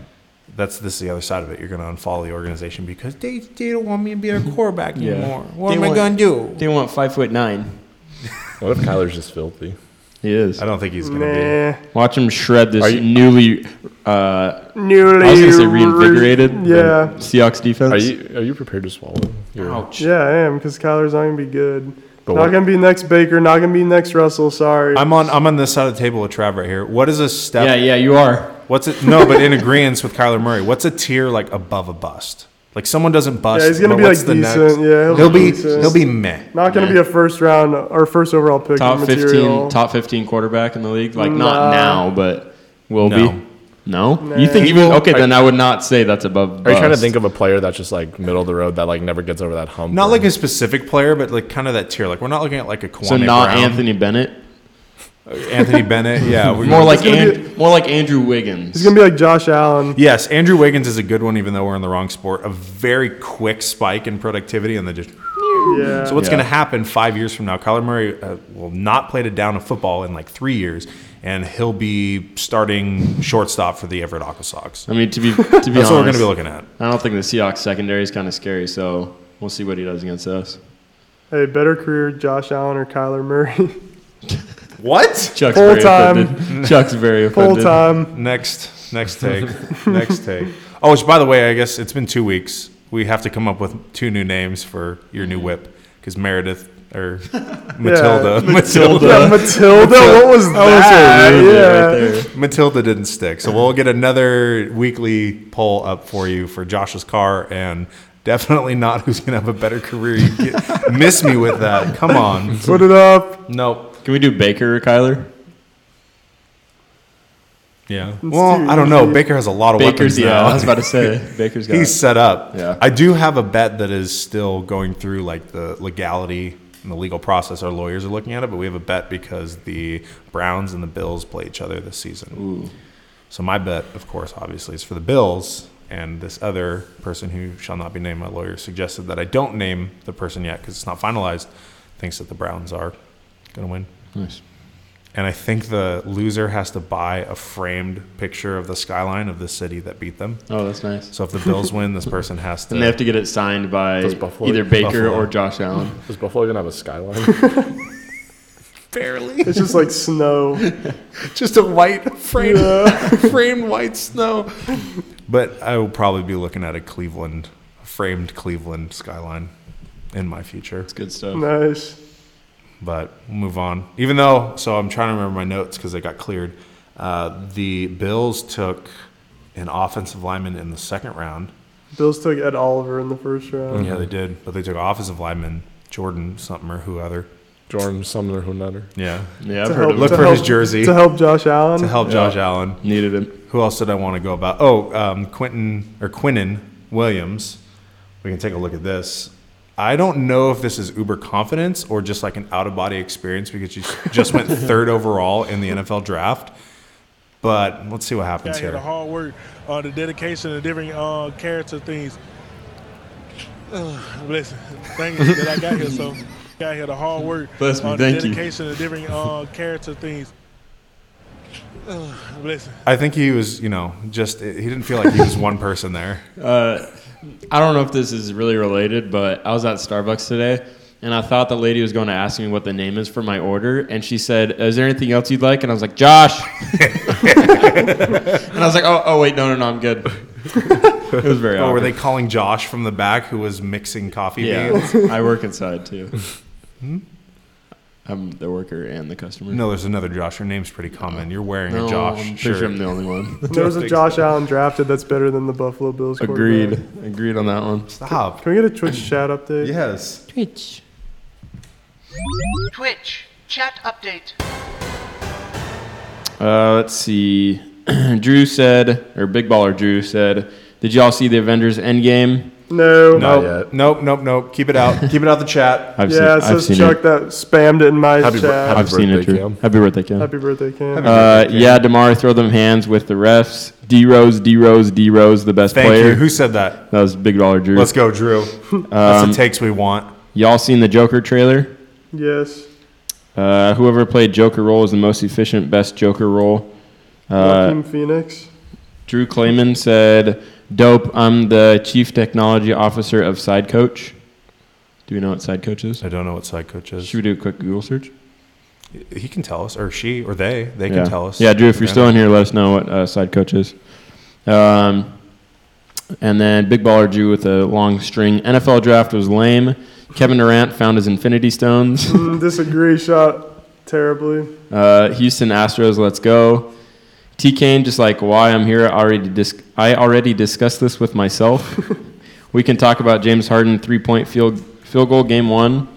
Speaker 6: That's this is the other side of it. You're going to unfollow the organization because they, they don't want me to
Speaker 4: *laughs*
Speaker 6: be their quarterback
Speaker 7: Yeah.
Speaker 6: anymore. What
Speaker 7: They
Speaker 6: am I
Speaker 7: want-
Speaker 6: going to do?
Speaker 7: They want five foot nine.
Speaker 5: What if Kyler's just filthy?
Speaker 7: He is.
Speaker 6: I don't think he's going to be.
Speaker 4: Nah.
Speaker 7: Watch him shred this
Speaker 5: Are you-
Speaker 7: newly uh,
Speaker 4: Newly
Speaker 7: I was gonna say reinvigorated. but
Speaker 4: Yeah.
Speaker 7: Seahawks defense.
Speaker 5: Are you oh, are you prepared to swallow? Your-
Speaker 4: Yeah, I am because Kyler's not gonna be good.
Speaker 5: But
Speaker 4: not
Speaker 5: what-
Speaker 4: gonna be next Baker. Not gonna be next Russell. Sorry.
Speaker 6: I'm on. I'm on this side of the table with Trav right here. What is a step?
Speaker 7: Yeah, yeah, you are.
Speaker 6: What's it? No, but in agreement with Kyler Murray, what's a tier like above a bust? Like someone doesn't bust.
Speaker 4: Yeah, he's gonna
Speaker 6: but
Speaker 4: be, like,
Speaker 6: what's the next-
Speaker 4: decent. Yeah, he'll
Speaker 6: he'll
Speaker 4: be
Speaker 6: be.
Speaker 4: decent.
Speaker 6: He'll be meh.
Speaker 4: not gonna be a first round or first overall pick.
Speaker 7: Top
Speaker 4: material.
Speaker 7: fifteen, top fifteen quarterback in the league. Like
Speaker 4: Nah.
Speaker 7: not now, but will
Speaker 6: No.
Speaker 7: be. No, you think
Speaker 4: He
Speaker 7: even okay? Then I would not say that's above.
Speaker 5: Are you trying to think of a player that's just like middle of the road that like never gets over that hump?
Speaker 6: Not
Speaker 5: or-
Speaker 6: like a specific player, but like kind of that tier. Like we're not looking at like a Kawhi
Speaker 7: so not
Speaker 6: Brown,
Speaker 7: Anthony Bennett?
Speaker 6: *laughs* Anthony Bennett.
Speaker 4: *laughs*
Speaker 6: Yeah, we're-
Speaker 7: More like
Speaker 4: gonna
Speaker 7: and, more like Andrew Wiggins.
Speaker 4: He's gonna be like Josh Allen.
Speaker 6: Yes, Andrew Wiggins is a good one, even though we're in the wrong sport. A very quick spike in productivity, and then just.
Speaker 4: Yeah.
Speaker 6: So what's
Speaker 7: Yeah.
Speaker 6: going to happen five years from now? Kyler Murray uh, will not play a down of football in like three years, and he'll be starting shortstop for the Everett Aqua Sox.
Speaker 7: I mean, to be to be That's honest,
Speaker 6: That's what we're going to be looking at.
Speaker 7: I don't think the Seahawks secondary is kind of scary. So we'll see what he does against us.
Speaker 4: Hey, better career, Josh Allen or Kyler Murray? *laughs*
Speaker 6: What?
Speaker 7: Chuck's
Speaker 4: Full
Speaker 7: very
Speaker 4: time.
Speaker 7: offended. Chuck's very
Speaker 4: Full
Speaker 7: offended.
Speaker 4: time.
Speaker 6: Next, next take, *laughs* next take. Oh, which, by the way, I guess it's been two weeks. We have to come up with two new names for your new whip because Meredith or *laughs* Matilda, Matilda,
Speaker 4: Yeah, Matilda. what was that? yeah.
Speaker 6: Matilda didn't stick. So we'll get another weekly poll up for you for Josh's car and definitely not who's going to have a better career. You get, miss me with that. Come on.
Speaker 4: Put it up.
Speaker 6: Nope.
Speaker 7: Can we do Baker or Kyler?
Speaker 6: Yeah. Well,
Speaker 4: too
Speaker 6: I don't know.
Speaker 4: easy.
Speaker 6: Baker has a lot of
Speaker 7: Baker's
Speaker 6: weapons
Speaker 7: yeah.
Speaker 6: now.
Speaker 7: I was about to say Baker's got.
Speaker 6: He's set up.
Speaker 7: Yeah.
Speaker 6: I do have a bet that is still going through like the legality in the legal process. Our lawyers are looking at it, but we have a bet because the Browns and the Bills play each other this season. So my bet, of course, obviously, is for the Bills. And this other person who shall not be named, my lawyer suggested that I don't name the person yet because it's not finalized. Thinks that the Browns are going to win.
Speaker 7: Nice.
Speaker 6: And I think the loser has to buy a framed picture of the skyline of the city that beat them.
Speaker 7: Oh, that's nice.
Speaker 6: So if the Bills win, this person has to.
Speaker 7: And they have to get it signed by
Speaker 5: Does Buffalo-
Speaker 7: either Baker
Speaker 6: Buffalo.
Speaker 7: or Josh Allen.
Speaker 5: Is Buffalo gonna have a *laughs* skyline?
Speaker 6: *laughs* Barely.
Speaker 4: It's just like snow.
Speaker 6: just a white frame, *laughs*
Speaker 4: Yeah.
Speaker 6: framed white snow. But I will probably be looking at a Cleveland, a framed Cleveland skyline in my future. It's
Speaker 7: good stuff.
Speaker 4: nice.
Speaker 6: But we'll move on. Even though, so I'm trying to remember my notes because they got cleared. Uh, the Bills took an offensive lineman in the second round.
Speaker 4: Bills took Ed Oliver in the first round.
Speaker 6: Yeah, they did. But they took offensive lineman Jordan something or who other.
Speaker 5: Jordan Sumner Hunter.
Speaker 6: Yeah.
Speaker 7: Yeah, I've
Speaker 4: To
Speaker 7: heard
Speaker 4: help-
Speaker 7: of
Speaker 6: Look
Speaker 4: to
Speaker 6: for
Speaker 4: help-
Speaker 6: his jersey.
Speaker 4: to help Josh Allen.
Speaker 6: To help
Speaker 7: Yeah.
Speaker 6: Josh Allen.
Speaker 7: Needed him.
Speaker 6: Who else did I want to go about? Oh, um, Quentin or Quinnen Williams. We can take a look at this. I don't know if this is uber confidence or just like an out of body experience because you *laughs* just went third overall in the NFL draft. But let's see what happens
Speaker 12: Yeah, yeah, the
Speaker 6: here.
Speaker 12: hard work, uh, the dedication, the different uh, character things. *sighs* Ugh, Listen, thank you that I got here. So, got here the hard work,
Speaker 7: Bless me,
Speaker 12: uh, the
Speaker 7: thank you.
Speaker 12: dedication, the different uh, character things. *sighs* Ugh, Listen,
Speaker 6: I think he was, you know, just he didn't feel like he was one
Speaker 7: *laughs*
Speaker 6: person there.
Speaker 7: Uh, I don't know if this is really related, but I was at Starbucks today, and I thought the lady was going to ask me what the name is for my order, and she said, "Is there anything else you'd like?" And I was like, "Josh," *laughs* and I was like, "Oh, oh, wait, no, no, no, I'm good." *laughs* It was very.
Speaker 6: Or Oh, were
Speaker 7: awkward.
Speaker 6: they calling Josh from the back who was mixing coffee
Speaker 7: Yeah,
Speaker 6: beans?
Speaker 7: I work inside too. I'm the worker and the customer.
Speaker 6: Hmm? No, there's another Josh. Your name's pretty common. You're wearing
Speaker 7: No,
Speaker 6: a Josh
Speaker 7: I'm pretty
Speaker 6: shirt.
Speaker 7: sure I'm the only one.
Speaker 4: There was a Josh Allen drafted that's better than the Buffalo
Speaker 7: *laughs*
Speaker 4: Bills.
Speaker 7: Agreed.
Speaker 4: quarterback.
Speaker 7: Agreed on that one.
Speaker 6: Stop.
Speaker 4: Can we get a Twitch chat update?
Speaker 6: Yes.
Speaker 7: Twitch.
Speaker 8: Twitch chat update.
Speaker 7: Uh, let's see. *clears throat* Drew said, or Big Baller Drew said, "Did y'all see the Avengers Endgame?"
Speaker 4: No.
Speaker 5: Not
Speaker 6: Nope.
Speaker 5: yet.
Speaker 6: Nope, nope, nope. Keep it out. Keep it out the chat.
Speaker 7: I've
Speaker 4: yeah, it
Speaker 7: seen, I've
Speaker 4: says
Speaker 7: seen
Speaker 4: Chuck
Speaker 7: it.
Speaker 4: that spammed it in my
Speaker 5: Happy bir-
Speaker 4: chat.
Speaker 5: happy
Speaker 7: I've seen it.
Speaker 5: birthday,
Speaker 7: Drew.
Speaker 5: Cam.
Speaker 7: Happy birthday, Cam.
Speaker 4: Happy birthday, Cam.
Speaker 7: Uh, yeah, Demar, throw them hands with the refs. D Rose, D Rose, D Rose, the best
Speaker 6: Thank
Speaker 7: player.
Speaker 6: you. Who said that?
Speaker 7: That was Big Dollar Drew. Um,
Speaker 6: Let's go, Drew. That's the takes we want.
Speaker 7: Y'all seen the Joker trailer?
Speaker 4: yes.
Speaker 7: Uh, whoever played Joker role was the most efficient, best Joker role. Uh,
Speaker 4: Joaquin Phoenix.
Speaker 7: Drew Clayman said, "Dope. I'm the chief technology officer of Side Coach." Do we know what Side Coach is?
Speaker 6: I don't know what side coach is.
Speaker 7: Should we do a quick Google search?
Speaker 6: He can tell us, or she, or they. They
Speaker 7: yeah.
Speaker 6: can tell us.
Speaker 7: Yeah, Drew, if you're
Speaker 6: Yeah.
Speaker 7: still in here, let us know what uh, side coach is. Um, and then Big Baller Drew with a long string. NFL draft was lame. Kevin Durant found his Infinity Stones. *laughs*
Speaker 4: Mm, disagree. Shot terribly.
Speaker 7: Uh, Houston Astros, let's go. T Kane, just like why I'm here, I already dis- I already discussed this with
Speaker 6: *laughs*
Speaker 7: myself. we can talk about James Harden three point field field goal game one.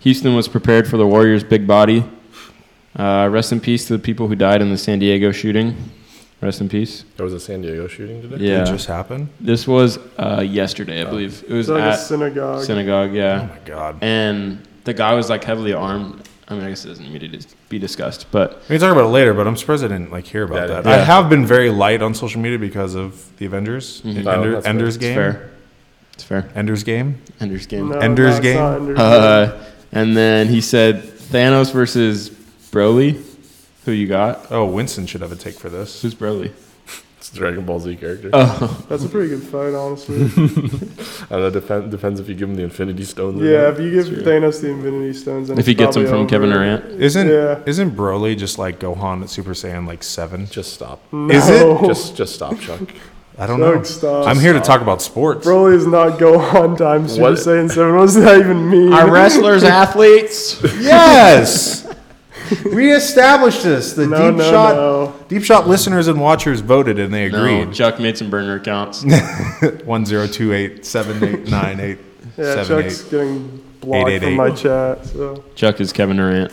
Speaker 7: Houston was prepared for the Warriors' big body. Uh, rest in peace to the people who died in the San Diego shooting. Rest in peace.
Speaker 5: There was a San Diego shooting today.
Speaker 7: Yeah.
Speaker 6: Did it just happen?
Speaker 7: This was uh, yesterday, I believe. It was
Speaker 4: It's like
Speaker 7: at
Speaker 4: a synagogue.
Speaker 7: synagogue.
Speaker 6: Oh
Speaker 7: Yeah,
Speaker 6: my god.
Speaker 7: and the guy was like heavily armed. I mean, I guess it doesn't need to dis- be discussed, but
Speaker 6: We can talk about it later, but I'm surprised I didn't like hear about
Speaker 5: Yeah,
Speaker 6: that.
Speaker 5: yeah.
Speaker 6: I have been very light on social media because of the Avengers, E-
Speaker 7: Mhm.
Speaker 5: Oh,
Speaker 6: Ender,
Speaker 5: that's fair.
Speaker 6: Ender's
Speaker 7: it's
Speaker 6: game,
Speaker 7: fair. It's fair.
Speaker 6: Ender's game.
Speaker 7: Ender's game.
Speaker 4: No,
Speaker 6: Ender's
Speaker 4: no, it's not
Speaker 6: game?
Speaker 4: Ender's
Speaker 7: Uh, and then he said Thanos versus Broly. Who you got?
Speaker 6: Oh, Winston should have a take for this.
Speaker 7: Who's Broly?
Speaker 5: It's a Dragon Ball Z character.
Speaker 4: game. That's a pretty good fight,
Speaker 7: *laughs*
Speaker 4: honestly.
Speaker 5: I don't know. Depend, depends if you give him the Infinity Stones. or
Speaker 4: yeah,
Speaker 5: not.
Speaker 4: if you give Thanos the Infinity Stones, then
Speaker 7: If he
Speaker 4: it's
Speaker 7: gets him
Speaker 4: probably
Speaker 7: from Kevin
Speaker 4: over.
Speaker 7: Durant.
Speaker 6: Isn't
Speaker 4: Yeah.
Speaker 6: isn't Broly just like Gohan at Super Saiyan like seven?
Speaker 5: just stop.
Speaker 6: Is it?
Speaker 4: No.
Speaker 5: Just just stop, Chuck.
Speaker 6: I don't
Speaker 4: Doug,
Speaker 6: know.
Speaker 4: stop.
Speaker 6: I'm here to talk about sports.
Speaker 4: Broly is not Gohan time Super
Speaker 5: What-
Speaker 4: Saiyan 7. What does that even mean?
Speaker 7: Our *laughs* wrestlers, athletes.
Speaker 6: Yes.
Speaker 4: *laughs*
Speaker 6: we established this. The
Speaker 4: No,
Speaker 6: deep
Speaker 4: no,
Speaker 6: shot
Speaker 4: no.
Speaker 6: deep shot listeners and watchers voted and they
Speaker 7: No,
Speaker 6: agreed.
Speaker 7: Chuck made some burner *laughs* accounts.
Speaker 6: One zero two eight seven eight nine eight
Speaker 4: *laughs* Yeah,
Speaker 6: seven
Speaker 4: Chuck's
Speaker 6: eight.
Speaker 4: getting blocked
Speaker 6: Eight, eight,
Speaker 4: from
Speaker 6: eight.
Speaker 4: my chat. So.
Speaker 7: Chuck is Kevin Durant.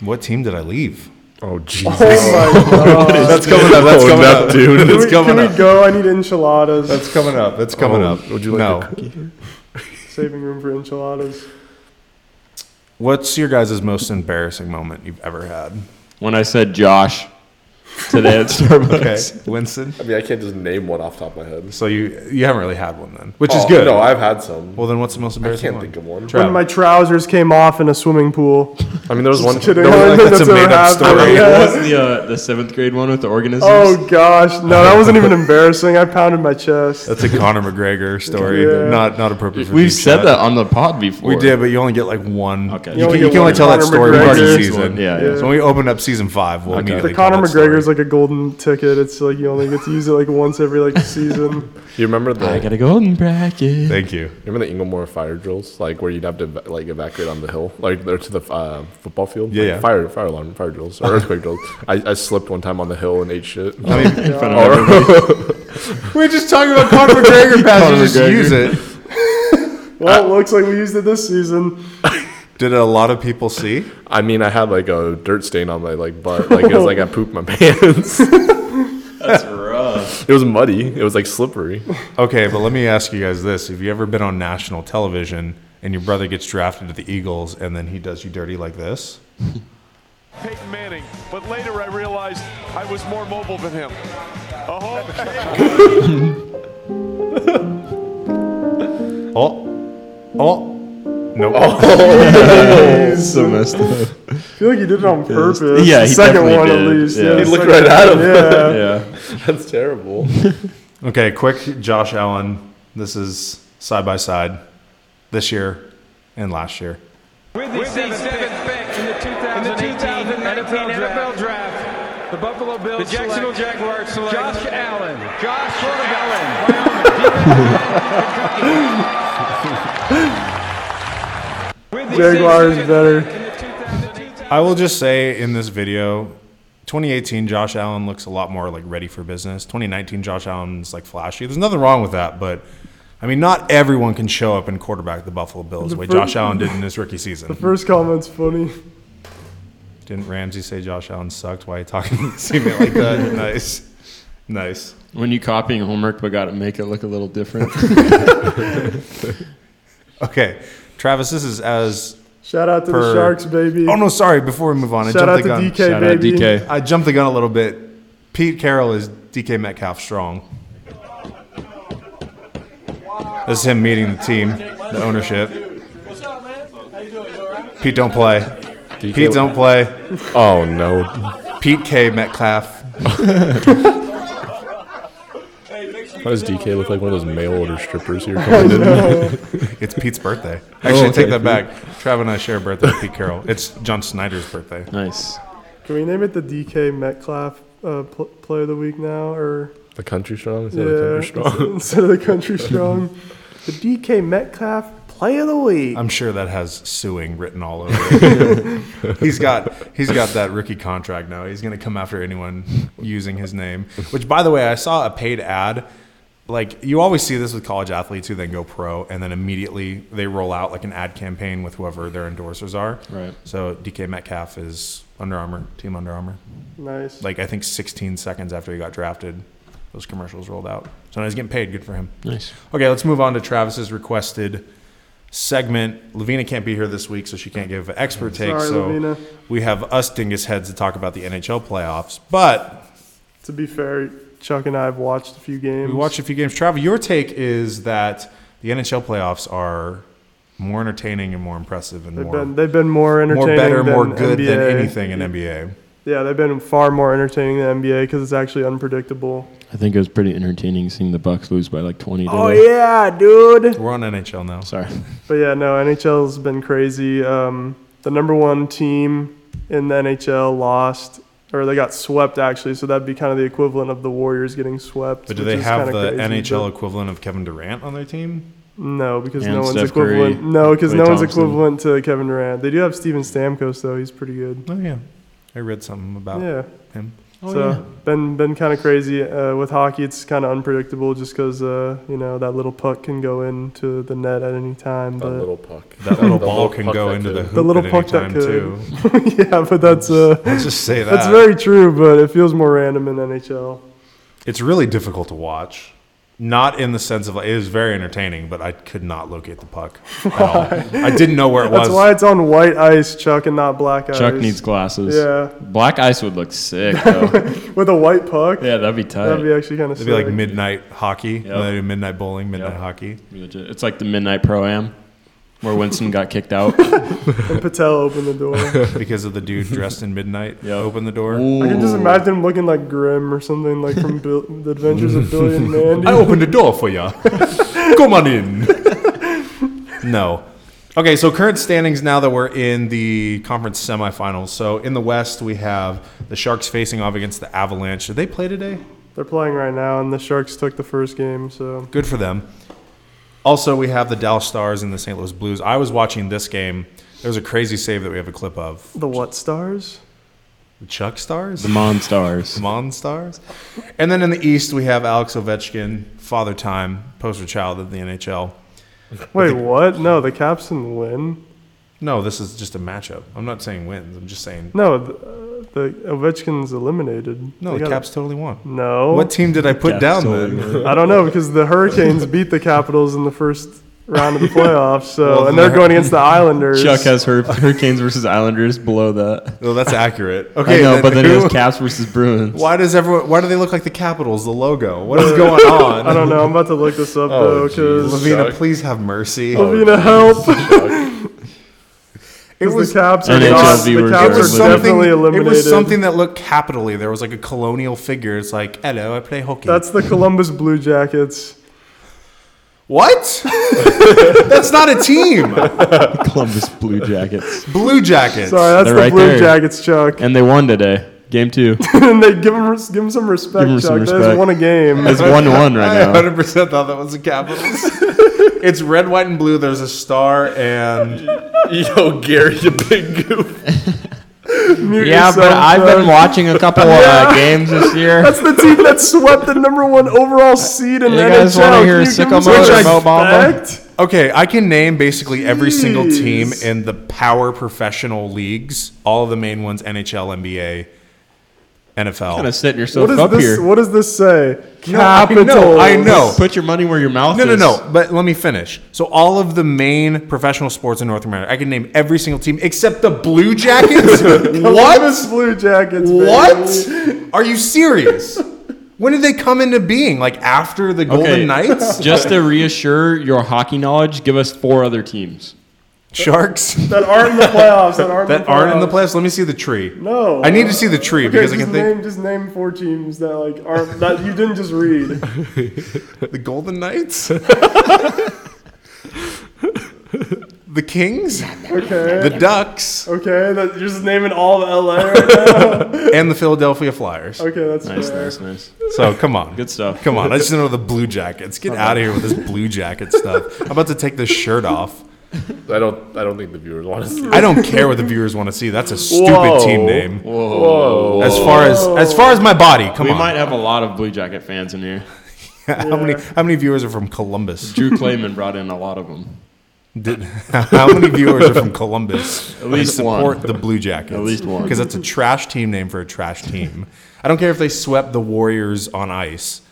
Speaker 6: What team did I leave? *laughs*
Speaker 5: Oh Jesus.
Speaker 4: Oh my god.
Speaker 6: That's coming up. That's
Speaker 5: Oh,
Speaker 6: coming up,
Speaker 5: Neptune.
Speaker 6: dude.
Speaker 4: Can,
Speaker 6: *laughs* That's
Speaker 4: we, can
Speaker 6: coming
Speaker 4: we
Speaker 6: up.
Speaker 4: go? I need enchiladas.
Speaker 6: That's coming up. That's coming
Speaker 5: Oh,
Speaker 6: up.
Speaker 5: would you like a
Speaker 6: no?
Speaker 5: cookie?
Speaker 4: Saving room for enchiladas.
Speaker 6: What's your guys' most embarrassing moment you've ever had?
Speaker 7: When I said Josh today *laughs* at Starbucks.
Speaker 6: Okay. Winston.
Speaker 5: *laughs* I mean, I can't just name one off the top of my head.
Speaker 6: So you you haven't really had one then, which is
Speaker 5: Oh,
Speaker 6: good.
Speaker 5: No, I've had some.
Speaker 6: Well, then what's the most
Speaker 5: I
Speaker 6: embarrassing
Speaker 5: can't
Speaker 6: one?
Speaker 5: think of one.
Speaker 4: When my trousers came off in a swimming pool.
Speaker 5: I mean, there was
Speaker 4: Just
Speaker 5: one-
Speaker 4: Kidding.
Speaker 5: there was,
Speaker 4: *laughs* I
Speaker 5: like,
Speaker 4: think
Speaker 5: that's
Speaker 4: ever
Speaker 5: a made-up
Speaker 4: happened.
Speaker 5: story.
Speaker 4: Yeah.
Speaker 7: What was the, uh, the seventh grade one with the organisms?
Speaker 4: Oh gosh, no, that wasn't even embarrassing. I pounded my chest.
Speaker 6: That's a Conor McGregor story.
Speaker 4: *laughs* Yeah.
Speaker 6: Not not appropriate. For
Speaker 7: We've
Speaker 6: Deep
Speaker 7: said
Speaker 6: Shot.
Speaker 7: that on the pod before.
Speaker 6: We did, but you only get like one.
Speaker 7: Okay.
Speaker 6: You,
Speaker 7: You
Speaker 6: can,
Speaker 7: only
Speaker 6: you
Speaker 7: get
Speaker 6: can
Speaker 7: one
Speaker 6: only tell that
Speaker 7: Conor
Speaker 6: story once
Speaker 7: McGregor
Speaker 6: a
Speaker 7: one.
Speaker 6: season.
Speaker 7: Yeah, yeah.
Speaker 6: So when we open up season five, we'll
Speaker 4: The
Speaker 6: immediately.
Speaker 4: Conor McGregor's like a golden ticket. It's like you only get to use it like once every like season.
Speaker 5: You remember the?
Speaker 7: I got a golden bracket.
Speaker 6: Thank you.
Speaker 5: Remember the Inglemore fire drills, like where you'd have to like evacuate on the hill, like there to the uh, football field.
Speaker 6: Yeah,
Speaker 5: Like,
Speaker 6: yeah.
Speaker 5: Fire, fire alarm, fire drills, or
Speaker 6: *laughs*
Speaker 5: earthquake drills. I, I slipped one time on the hill and ate shit.
Speaker 6: I mean- In front
Speaker 7: of
Speaker 6: We We're just talking about
Speaker 5: *laughs*
Speaker 6: Conor McGregor pass. You
Speaker 5: Conor
Speaker 6: just
Speaker 5: McGregor.
Speaker 6: use it.
Speaker 4: Well, it looks like we used it this season.
Speaker 6: Did a lot of people see?
Speaker 5: *laughs* I mean, I had like a dirt stain on my like butt, like it was like I pooped my *laughs* pants.
Speaker 7: That's rough.
Speaker 5: it was muddy. It was like slippery.
Speaker 6: Okay, but let me ask you guys this: Have you ever been on national television and your brother gets drafted to the Eagles and then he does you dirty like this?
Speaker 13: Peyton Manning, but later I realized I was more mobile than him. A
Speaker 6: *laughs*
Speaker 13: home
Speaker 6: Oh, oh, no!
Speaker 7: so messed up.
Speaker 4: I feel like you did it on purpose.
Speaker 7: Yeah,
Speaker 4: the
Speaker 7: he
Speaker 4: second
Speaker 7: definitely
Speaker 4: one at
Speaker 7: did,
Speaker 4: least.
Speaker 7: yeah.
Speaker 4: Yeah,
Speaker 7: He
Speaker 4: the
Speaker 7: looked
Speaker 4: second
Speaker 7: right at
Speaker 4: one, Yeah.
Speaker 5: that's terrible.
Speaker 6: Okay, quick, Josh Allen. This is side by side, this year and last year.
Speaker 14: With the seventh pick in the 2018 NFL Draft, the Buffalo Bills, the Jacksonville Jaguars Josh Allen. Josh Allen.
Speaker 4: Jaguars better.
Speaker 6: I will just say in this video, 2018 Josh Allen looks a lot more like ready for business. 2019 Josh Allen's like flashy. There's nothing wrong with that, but I mean, not everyone can show up and quarterback the Buffalo Bills the way
Speaker 4: first-
Speaker 6: Josh Allen did in his rookie season.
Speaker 4: First comment's funny.
Speaker 6: Didn't Ramsey say Josh Allen sucked? Why are you talking to me *laughs*
Speaker 4: *laughs*
Speaker 6: like that? nice, nice.
Speaker 7: When you copying homework, but got to make it look a little *laughs* different.
Speaker 6: Okay, Travis, this is as
Speaker 4: Shout out to the
Speaker 6: per-
Speaker 4: Sharks, baby.
Speaker 6: Oh no, sorry. Before we move on,
Speaker 4: Shout
Speaker 6: I
Speaker 4: out
Speaker 6: jumped
Speaker 4: to
Speaker 6: the gun.
Speaker 4: DK, Shout out baby. DK.
Speaker 6: I jumped the gun a little bit. Pete Carroll is DK Metcalf strong. This is him meeting the team, the ownership. Pete don't play. Pete
Speaker 5: *laughs*
Speaker 6: don't play.
Speaker 5: Oh no.
Speaker 6: Pete K Metcalf.
Speaker 5: Why does DK look like one of those mail order strippers here coming in?
Speaker 6: it's Pete's birthday.
Speaker 5: Oh,
Speaker 6: Actually,
Speaker 5: okay,
Speaker 6: take that
Speaker 5: Pete.
Speaker 6: back. Trav and I share a birthday with Pete Carroll. It's John Snyder's birthday.
Speaker 7: Nice.
Speaker 4: Can we name it the DK Metcalf uh, pl- Play of the Week now, or *laughs*
Speaker 5: The country strong. Is that the
Speaker 4: yeah,
Speaker 5: country
Speaker 6: *laughs*
Speaker 5: strong?
Speaker 4: instead of the Country Strong, the DK Metcalf Play of the Week.
Speaker 6: I'm sure that has suing written all over it. he's got he's got that rookie contract now. He's gonna come after anyone using his name. Which by the way, I saw a paid ad. Like you always see this with college athletes who then go pro and then immediately they roll out like an ad campaign with whoever their endorsers are.
Speaker 7: Right.
Speaker 6: So DK Metcalf is Under Armour, Team Under Armour.
Speaker 4: Nice.
Speaker 6: Like I think 16 seconds after he got drafted, those commercials rolled out. So now he's getting paid. Good for him.
Speaker 7: Nice.
Speaker 6: Okay, let's move on to Travis's requested segment. Lavina can't be here this week, so she can't give an expert take.
Speaker 4: Sorry,
Speaker 6: so
Speaker 4: Lavina.
Speaker 6: we have us dingus heads to talk about the NHL playoffs. But
Speaker 4: To be fair, Chuck and I have watched a few games.
Speaker 6: we watched a few games. Travis, your take is that the NHL playoffs are more entertaining and more impressive and
Speaker 4: They've
Speaker 6: more,
Speaker 4: been they've been more entertaining,
Speaker 6: more better,
Speaker 4: than
Speaker 6: more good
Speaker 4: NBA.
Speaker 6: than anything in NBA.
Speaker 4: Yeah, they've been far more entertaining than NBA because it's actually unpredictable.
Speaker 7: I think it was pretty entertaining seeing the Bucks lose by like 20
Speaker 6: Oh,
Speaker 7: today.
Speaker 4: Oh, yeah, dude.
Speaker 6: We're on NHL now.
Speaker 7: Sorry.
Speaker 4: But yeah, no, NHL's been crazy. Um, the number one team in the NHL lost, or they got swept actually. So that'd be kind of the equivalent of the Warriors getting swept.
Speaker 6: But do
Speaker 4: which
Speaker 6: they
Speaker 4: is
Speaker 6: have
Speaker 4: kinda
Speaker 6: the
Speaker 4: crazy,
Speaker 6: NHL
Speaker 4: but-
Speaker 6: equivalent of Kevin Durant on their team?
Speaker 4: No, because
Speaker 7: And
Speaker 4: no one's
Speaker 7: Steph Curry,
Speaker 4: equivalent. no, because
Speaker 7: Klay
Speaker 4: no one's
Speaker 7: Thompson.
Speaker 4: equivalent to Kevin Durant. They do have Steven Stamkos though. He's pretty good.
Speaker 6: Oh yeah, I read something
Speaker 7: Oh.
Speaker 6: about
Speaker 4: Yeah. Oh,
Speaker 6: him.
Speaker 4: so been been kind of crazy uh, with hockey. It's kind of unpredictable just because uh, you know that little puck can go into the net at any time.
Speaker 5: That
Speaker 4: but
Speaker 5: little puck.
Speaker 6: That little
Speaker 5: The
Speaker 6: ball can
Speaker 5: puck
Speaker 6: go
Speaker 5: that
Speaker 6: into the
Speaker 5: could.
Speaker 6: hoop
Speaker 4: the little
Speaker 6: at
Speaker 4: puck
Speaker 6: any
Speaker 4: that
Speaker 6: time
Speaker 4: could. *laughs*
Speaker 6: too.
Speaker 4: *laughs* yeah, but that's uh,
Speaker 6: Let's just say
Speaker 4: that's
Speaker 6: that.
Speaker 4: very true. But it feels more random in NHL.
Speaker 6: It's really difficult to watch. Not in the sense of like, it was very entertaining, but I could not locate the puck. At all. I didn't know where it
Speaker 4: That's
Speaker 6: was.
Speaker 4: why it's on white ice, Chuck, and not black ice.
Speaker 7: Chuck needs glasses.
Speaker 4: Yeah,
Speaker 7: Black ice would look sick though.
Speaker 6: *laughs*
Speaker 4: with a white puck.
Speaker 7: yeah, that'd be tight.
Speaker 4: That'd be actually kind of
Speaker 6: It'd
Speaker 4: sick.
Speaker 6: be like midnight hockey.
Speaker 7: Yep.
Speaker 6: They do midnight bowling, midnight
Speaker 7: Yep.
Speaker 6: hockey.
Speaker 7: Legit. It's like the midnight pro am where Winston got kicked
Speaker 6: *laughs*
Speaker 7: out.
Speaker 4: and Patel opened the door. I
Speaker 6: because of the dude dressed in midnight opened the door.
Speaker 4: can just imagine him looking like Grimm or something like from Bill, The Adventures of Billy
Speaker 6: *laughs*
Speaker 4: and Mandy.
Speaker 6: I opened the door for *laughs* ya. Come on in. no. Okay, so current standings now that we're in the conference semifinals. So in the West, we have the Sharks facing off against the Avalanche. Did they play today?
Speaker 4: They're playing right now, and the Sharks took the first game. So
Speaker 6: Good for them. Also, we have the Dallas Stars and the St. Louis Blues. I was watching this game. There was a crazy save that we have a clip of.
Speaker 4: the what stars?
Speaker 6: The Chuck Stars?
Speaker 7: The Mon Stars.
Speaker 6: The Mon Stars. And then in the East, we have Alex Ovechkin, father time, poster child of the NHL.
Speaker 4: Wait, what? No, the Caps didn't win.
Speaker 6: No, this is just a matchup. I'm not saying wins. I'm just saying.
Speaker 4: No, the, the Ovechkin's eliminated.
Speaker 6: No,
Speaker 4: They
Speaker 6: the
Speaker 4: got-
Speaker 6: Caps totally won.
Speaker 4: No.
Speaker 6: What team did I put down then?
Speaker 4: I don't know because the Hurricanes beat the Capitals in the first round of the playoffs. So
Speaker 7: Well,
Speaker 4: and they're
Speaker 7: the-
Speaker 4: going against the Islanders.
Speaker 7: Chuck has Hur- Hurricanes versus Islanders below that.
Speaker 6: Well, that's accurate.
Speaker 7: *laughs* I
Speaker 6: Okay,
Speaker 7: know,
Speaker 6: then
Speaker 7: but then it
Speaker 6: who-
Speaker 7: was Caps versus Bruins.
Speaker 6: Why does everyone? Why do they look like the Capitals? The logo.
Speaker 4: *laughs*
Speaker 6: What is going on?
Speaker 4: I don't know. I'm about to look this up though
Speaker 6: Oh,
Speaker 4: 'cause though
Speaker 6: geez.
Speaker 4: because
Speaker 6: Lavina, please have mercy.
Speaker 4: Lavina, help! *laughs* it was the Caps. Are
Speaker 7: NHL
Speaker 4: not, the
Speaker 7: viewers
Speaker 4: Caps
Speaker 7: are
Speaker 4: are definitely eliminated.
Speaker 6: It was something that looked capitally. There was like a colonial figure. It's like, hello, I play hockey.
Speaker 4: That's the Columbus Blue Jackets.
Speaker 6: what? *laughs* That's not a team.
Speaker 7: Columbus
Speaker 6: *laughs*
Speaker 7: Blue Jackets.
Speaker 6: Blue Jackets.
Speaker 4: Sorry, that's
Speaker 7: They're
Speaker 4: the
Speaker 7: right
Speaker 4: Blue
Speaker 7: there.
Speaker 4: Jackets, Chuck.
Speaker 7: And they won today. Game two.
Speaker 4: and *laughs* they give him give him some respect,
Speaker 7: Give 'em
Speaker 4: Chuck.
Speaker 7: some
Speaker 4: They just
Speaker 7: respect.
Speaker 4: won a game.
Speaker 6: *laughs*
Speaker 7: It's one to one
Speaker 6: I
Speaker 7: right now.
Speaker 6: 100% thought that was
Speaker 4: *laughs*
Speaker 6: the Capitals. it's red, white, and blue. There's a star and
Speaker 5: Yo, Gary, you big goof.
Speaker 4: Mute
Speaker 7: Yeah, but
Speaker 4: yourself,
Speaker 7: I've been
Speaker 4: Chuck.
Speaker 7: watching a couple uh, games this year.
Speaker 4: uh, That's the team that swept the number one overall seed in
Speaker 7: You
Speaker 4: the NHL.
Speaker 7: guys wanna
Speaker 4: Can
Speaker 7: hear
Speaker 4: you
Speaker 7: sicko
Speaker 4: give 'em some
Speaker 7: mode or
Speaker 4: respect?
Speaker 7: Mo Bamba?
Speaker 6: Okay, I can name basically every single team
Speaker 4: Jeez.
Speaker 6: in the power professional leagues, all of the main ones NHL, NBA, NFL.
Speaker 7: kind of setting
Speaker 4: What
Speaker 7: yourself
Speaker 4: does
Speaker 7: up
Speaker 4: this?
Speaker 7: here.
Speaker 4: What does this say?
Speaker 6: No, I know,
Speaker 4: Capitals.
Speaker 6: I know.
Speaker 7: Put your money where your mouth
Speaker 6: No, no,
Speaker 7: is.
Speaker 6: no. But let me finish. So all of the main professional sports in North America, I can name every single team except the
Speaker 4: *laughs*
Speaker 6: Blue Jackets.
Speaker 4: Columbus
Speaker 6: what?
Speaker 4: Blue Jackets. baby.
Speaker 6: What? Are you serious? When did they come into being? Like after the Golden
Speaker 4: *laughs*
Speaker 7: Okay. *laughs*
Speaker 6: Knights?
Speaker 7: Just to reassure your hockey knowledge, give us four other teams.
Speaker 4: *laughs*
Speaker 6: Sharks
Speaker 4: That aren't in the playoffs. That aren't.
Speaker 6: that aren't in the playoffs. Let me see the tree.
Speaker 4: No.
Speaker 6: I need to see the tree
Speaker 4: Okay,
Speaker 6: because I
Speaker 4: just
Speaker 6: can think
Speaker 4: name just name four teams that like aren't that you didn't just read.
Speaker 6: the Golden Knights, the Kings, the
Speaker 4: Okay.
Speaker 6: Ducks,
Speaker 4: Okay, that you're just naming all of LA right
Speaker 6: *laughs*
Speaker 4: now.
Speaker 6: and the Philadelphia Flyers.
Speaker 4: Okay, that's
Speaker 7: Nice,
Speaker 4: fair.
Speaker 7: nice, nice.
Speaker 6: So come on.
Speaker 7: Good stuff.
Speaker 6: Come on, I just know the blue jackets. Get out of here with this blue jacket stuff. I'm about to take this shirt off.
Speaker 5: I don't. I don't think the viewers want to see.
Speaker 6: I don't care what the viewers want to see. That's a stupid
Speaker 5: Whoa.
Speaker 6: team name.
Speaker 5: Whoa.
Speaker 6: As far as as far as my body, come
Speaker 7: we
Speaker 6: on. *laughs*
Speaker 7: might have a lot of Blue Jacket fans in here.
Speaker 6: how many how many viewers are from Columbus?
Speaker 7: Drew Clayman brought in a lot of them.
Speaker 6: Did- *laughs* how many viewers are from Columbus? At
Speaker 7: least
Speaker 6: support
Speaker 7: one.
Speaker 6: the Blue Jackets.
Speaker 7: At least one.
Speaker 6: because that's a trash team name for a trash team. I don't care if they swept the Warriors on ice.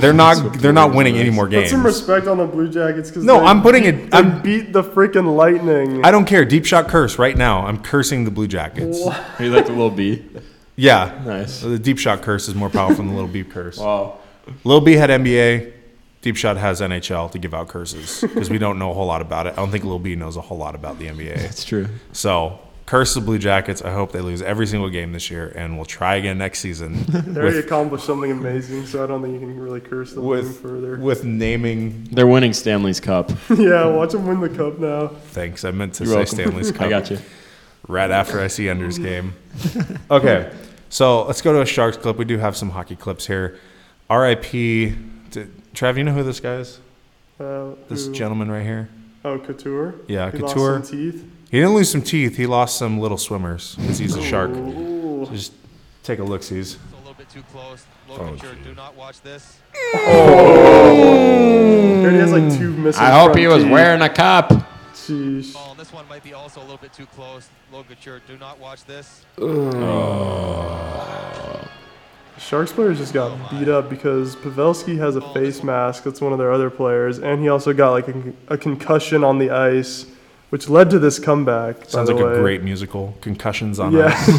Speaker 6: They're not they're not winning any more
Speaker 4: Put
Speaker 6: games.
Speaker 4: some respect on the Blue Jackets because
Speaker 6: No, I'm putting it. I'm
Speaker 4: beat the freaking Lightning.
Speaker 6: I don't care. Deep shot curse right now. I'm cursing the Blue Jackets.
Speaker 7: Are you like the little B?
Speaker 6: Yeah.
Speaker 7: Nice.
Speaker 6: The deep shot curse is more powerful than the little B curse.
Speaker 7: Wow.
Speaker 6: Little B had NBA. Deep shot has NHL to give out curses because we don't know a whole lot about it. I don't think Little B knows a whole lot about the NBA.
Speaker 7: That's true.
Speaker 6: So, curse the Blue Jackets. I hope they lose every single game this year, and we'll try again
Speaker 4: *laughs*
Speaker 6: next season
Speaker 4: They already accomplished something amazing, so I don't think you can really curse them any
Speaker 6: with
Speaker 4: further.
Speaker 6: with naming.
Speaker 7: They're winning Stanley's Cup.
Speaker 4: *laughs* yeah, watch them win the cup now.
Speaker 6: Thanks. I meant to
Speaker 7: You're welcome.
Speaker 4: *laughs*
Speaker 6: say Stanley's Cup.
Speaker 7: I got you.
Speaker 6: right after I see Ender's game.
Speaker 4: *laughs*
Speaker 6: Okay, so let's go to a Sharks clip. We do have some hockey clips here. RIP. To, Trav, you know who this guy is?
Speaker 4: Uh,
Speaker 6: This
Speaker 4: who-
Speaker 6: gentleman right here.
Speaker 4: Oh, Couture.
Speaker 6: Yeah,
Speaker 4: He
Speaker 6: Couture.
Speaker 4: Lost some teeth.
Speaker 6: He didn't lose some teeth. He lost some little swimmers because he's a shark.
Speaker 4: Ooh.
Speaker 6: Just take a look, sees.
Speaker 15: a little bit too close. Locature, do not watch this.
Speaker 4: He already has
Speaker 6: Hmm.
Speaker 4: like two missing.
Speaker 7: I hope he
Speaker 4: front
Speaker 7: was
Speaker 4: teeth.
Speaker 7: wearing a cup.
Speaker 4: Sheesh.
Speaker 15: Ball, and Oh, this one might be also a little bit too close. Locature, do not watch this.
Speaker 4: Sharks players just
Speaker 15: Oh
Speaker 4: got beat up because Pavelski has a face mask. That's one of their other players, and he also got like a, con- a concussion on the ice, which led to this comeback. by
Speaker 6: Sounds
Speaker 4: the
Speaker 6: like
Speaker 4: way.
Speaker 6: a great musical. Concussions on
Speaker 4: yeah. *laughs*
Speaker 6: ice.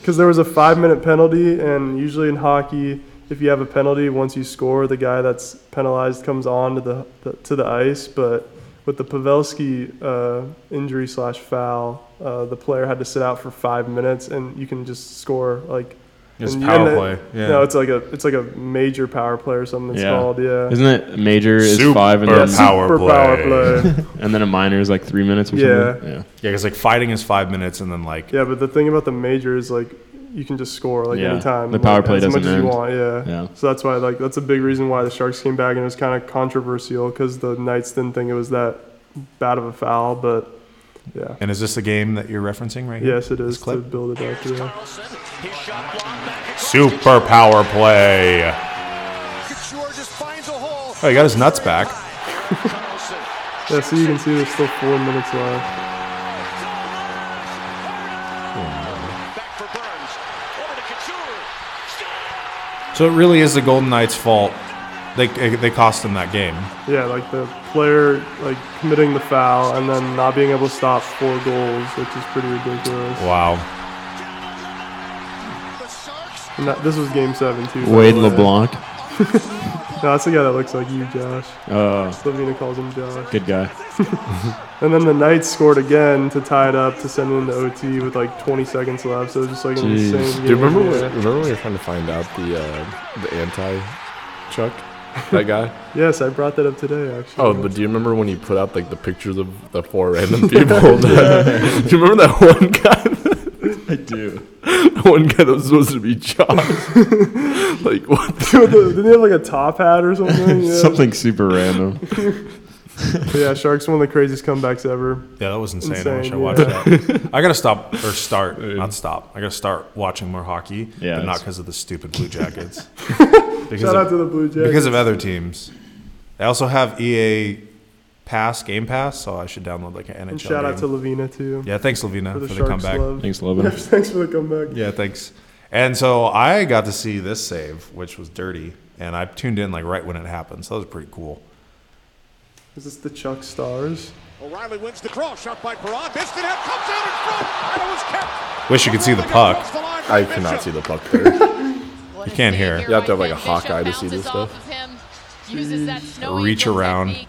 Speaker 4: because there was a five minute penalty, and usually in hockey, if you have a penalty, once you score, the guy that's penalized comes on to the, the to the ice. But with the Pavelski uh, injury slash foul, uh, the player had to sit out for five minutes, and you can just score like.
Speaker 6: It's
Speaker 4: and you-
Speaker 6: power
Speaker 4: and it-
Speaker 6: play, yeah.
Speaker 4: No, it's like a it's like a major power play or something. It's called yeah.
Speaker 7: Isn't it major is
Speaker 6: Super
Speaker 7: five and then
Speaker 6: power Super power play.
Speaker 4: play.
Speaker 7: and then a minor is like three minutes or
Speaker 4: Yeah.
Speaker 7: something. Yeah.
Speaker 6: Yeah, because like fighting is five minutes, and then like
Speaker 4: Yeah, but the thing about the major is like you can just score like
Speaker 7: Yeah.
Speaker 4: anytime.
Speaker 7: The power
Speaker 4: like,
Speaker 7: play
Speaker 4: as
Speaker 7: doesn't
Speaker 4: much as
Speaker 7: end.
Speaker 4: you want. Yeah.
Speaker 7: Yeah.
Speaker 4: So that's why like that's a big reason why the Sharks came back and it was kind of controversial because the Knights didn't think it was that bad of a foul, but yeah.
Speaker 6: And is this the game that you're referencing right here?
Speaker 4: Yes, it
Speaker 6: This
Speaker 4: is to
Speaker 6: clip?
Speaker 4: build it up. Yeah.
Speaker 6: Super power play. Oh, he got his nuts back.
Speaker 4: yeah. So you can see there's still four minutes left.
Speaker 6: So it really is the Golden Knights' fault. They they cost them that game.
Speaker 4: Yeah, like the player like committing the foul and then not being able to stop four goals, which is pretty ridiculous.
Speaker 6: Wow.
Speaker 4: And that, this was game seven too. by the
Speaker 7: Wade
Speaker 4: way.
Speaker 7: LeBlanc.
Speaker 4: no, that's the guy that looks like you, Josh.
Speaker 7: Oh.
Speaker 4: Slovenia calls him Josh.
Speaker 7: Good guy.
Speaker 4: and then the Knights scored again to tie it up to send it into OT with like 20 seconds left. So it was just like an
Speaker 5: Jeez.
Speaker 4: insane
Speaker 5: Do
Speaker 4: game.
Speaker 5: you remember when,
Speaker 4: Yeah.
Speaker 5: remember when we were trying to find out the uh, the anti Chuck that *laughs* guy?
Speaker 4: Yes, I brought that up today actually.
Speaker 5: Oh, but do you remember when he put out like the pictures of the four random *laughs* people? that- do you remember that one guy? I do. *laughs* one guy that was supposed to be *laughs* Josh. like what?
Speaker 4: Dude,
Speaker 5: *laughs*
Speaker 4: the- *laughs* didn't they have like a top hat or
Speaker 6: *laughs*
Speaker 4: something? Yeah.
Speaker 7: Something super random.
Speaker 4: But yeah, Sharks one of the craziest comebacks ever.
Speaker 6: Yeah, that was insane. I wish I
Speaker 4: Insane,
Speaker 6: watched
Speaker 4: yeah. *laughs*
Speaker 6: that. I gotta stop or start, not stop. I gotta start watching more hockey.
Speaker 7: Yeah,
Speaker 6: but not
Speaker 7: it's-
Speaker 6: because of the stupid
Speaker 4: *laughs*
Speaker 6: Blue Jackets.
Speaker 4: Shout out to the Blue
Speaker 6: Because of
Speaker 4: Jackets.
Speaker 6: other teams. I also have EA Pass Game Pass, so I should download like an NHL.
Speaker 4: And shout out to
Speaker 6: game.
Speaker 4: Lavina too.
Speaker 6: Yeah, thanks Lavina for the,
Speaker 4: Sharks
Speaker 6: comeback.
Speaker 4: love. Yes, *laughs* thanks for the comeback.
Speaker 6: Yeah, thanks. And so I got to see this save, which was dirty, and I tuned in like right when it happened, so that was pretty cool.
Speaker 4: Is this the Chuck Stars?
Speaker 16: O'Reilly wins the cross, shot by Perron. Bistonette comes out in front, and it was kept.
Speaker 6: Wish you could see the puck.
Speaker 5: I cannot see the puck there.
Speaker 6: You can't hear.
Speaker 5: You have to have like a hawk eye to see this stuff.
Speaker 17: Uses that snowy
Speaker 6: Reach around.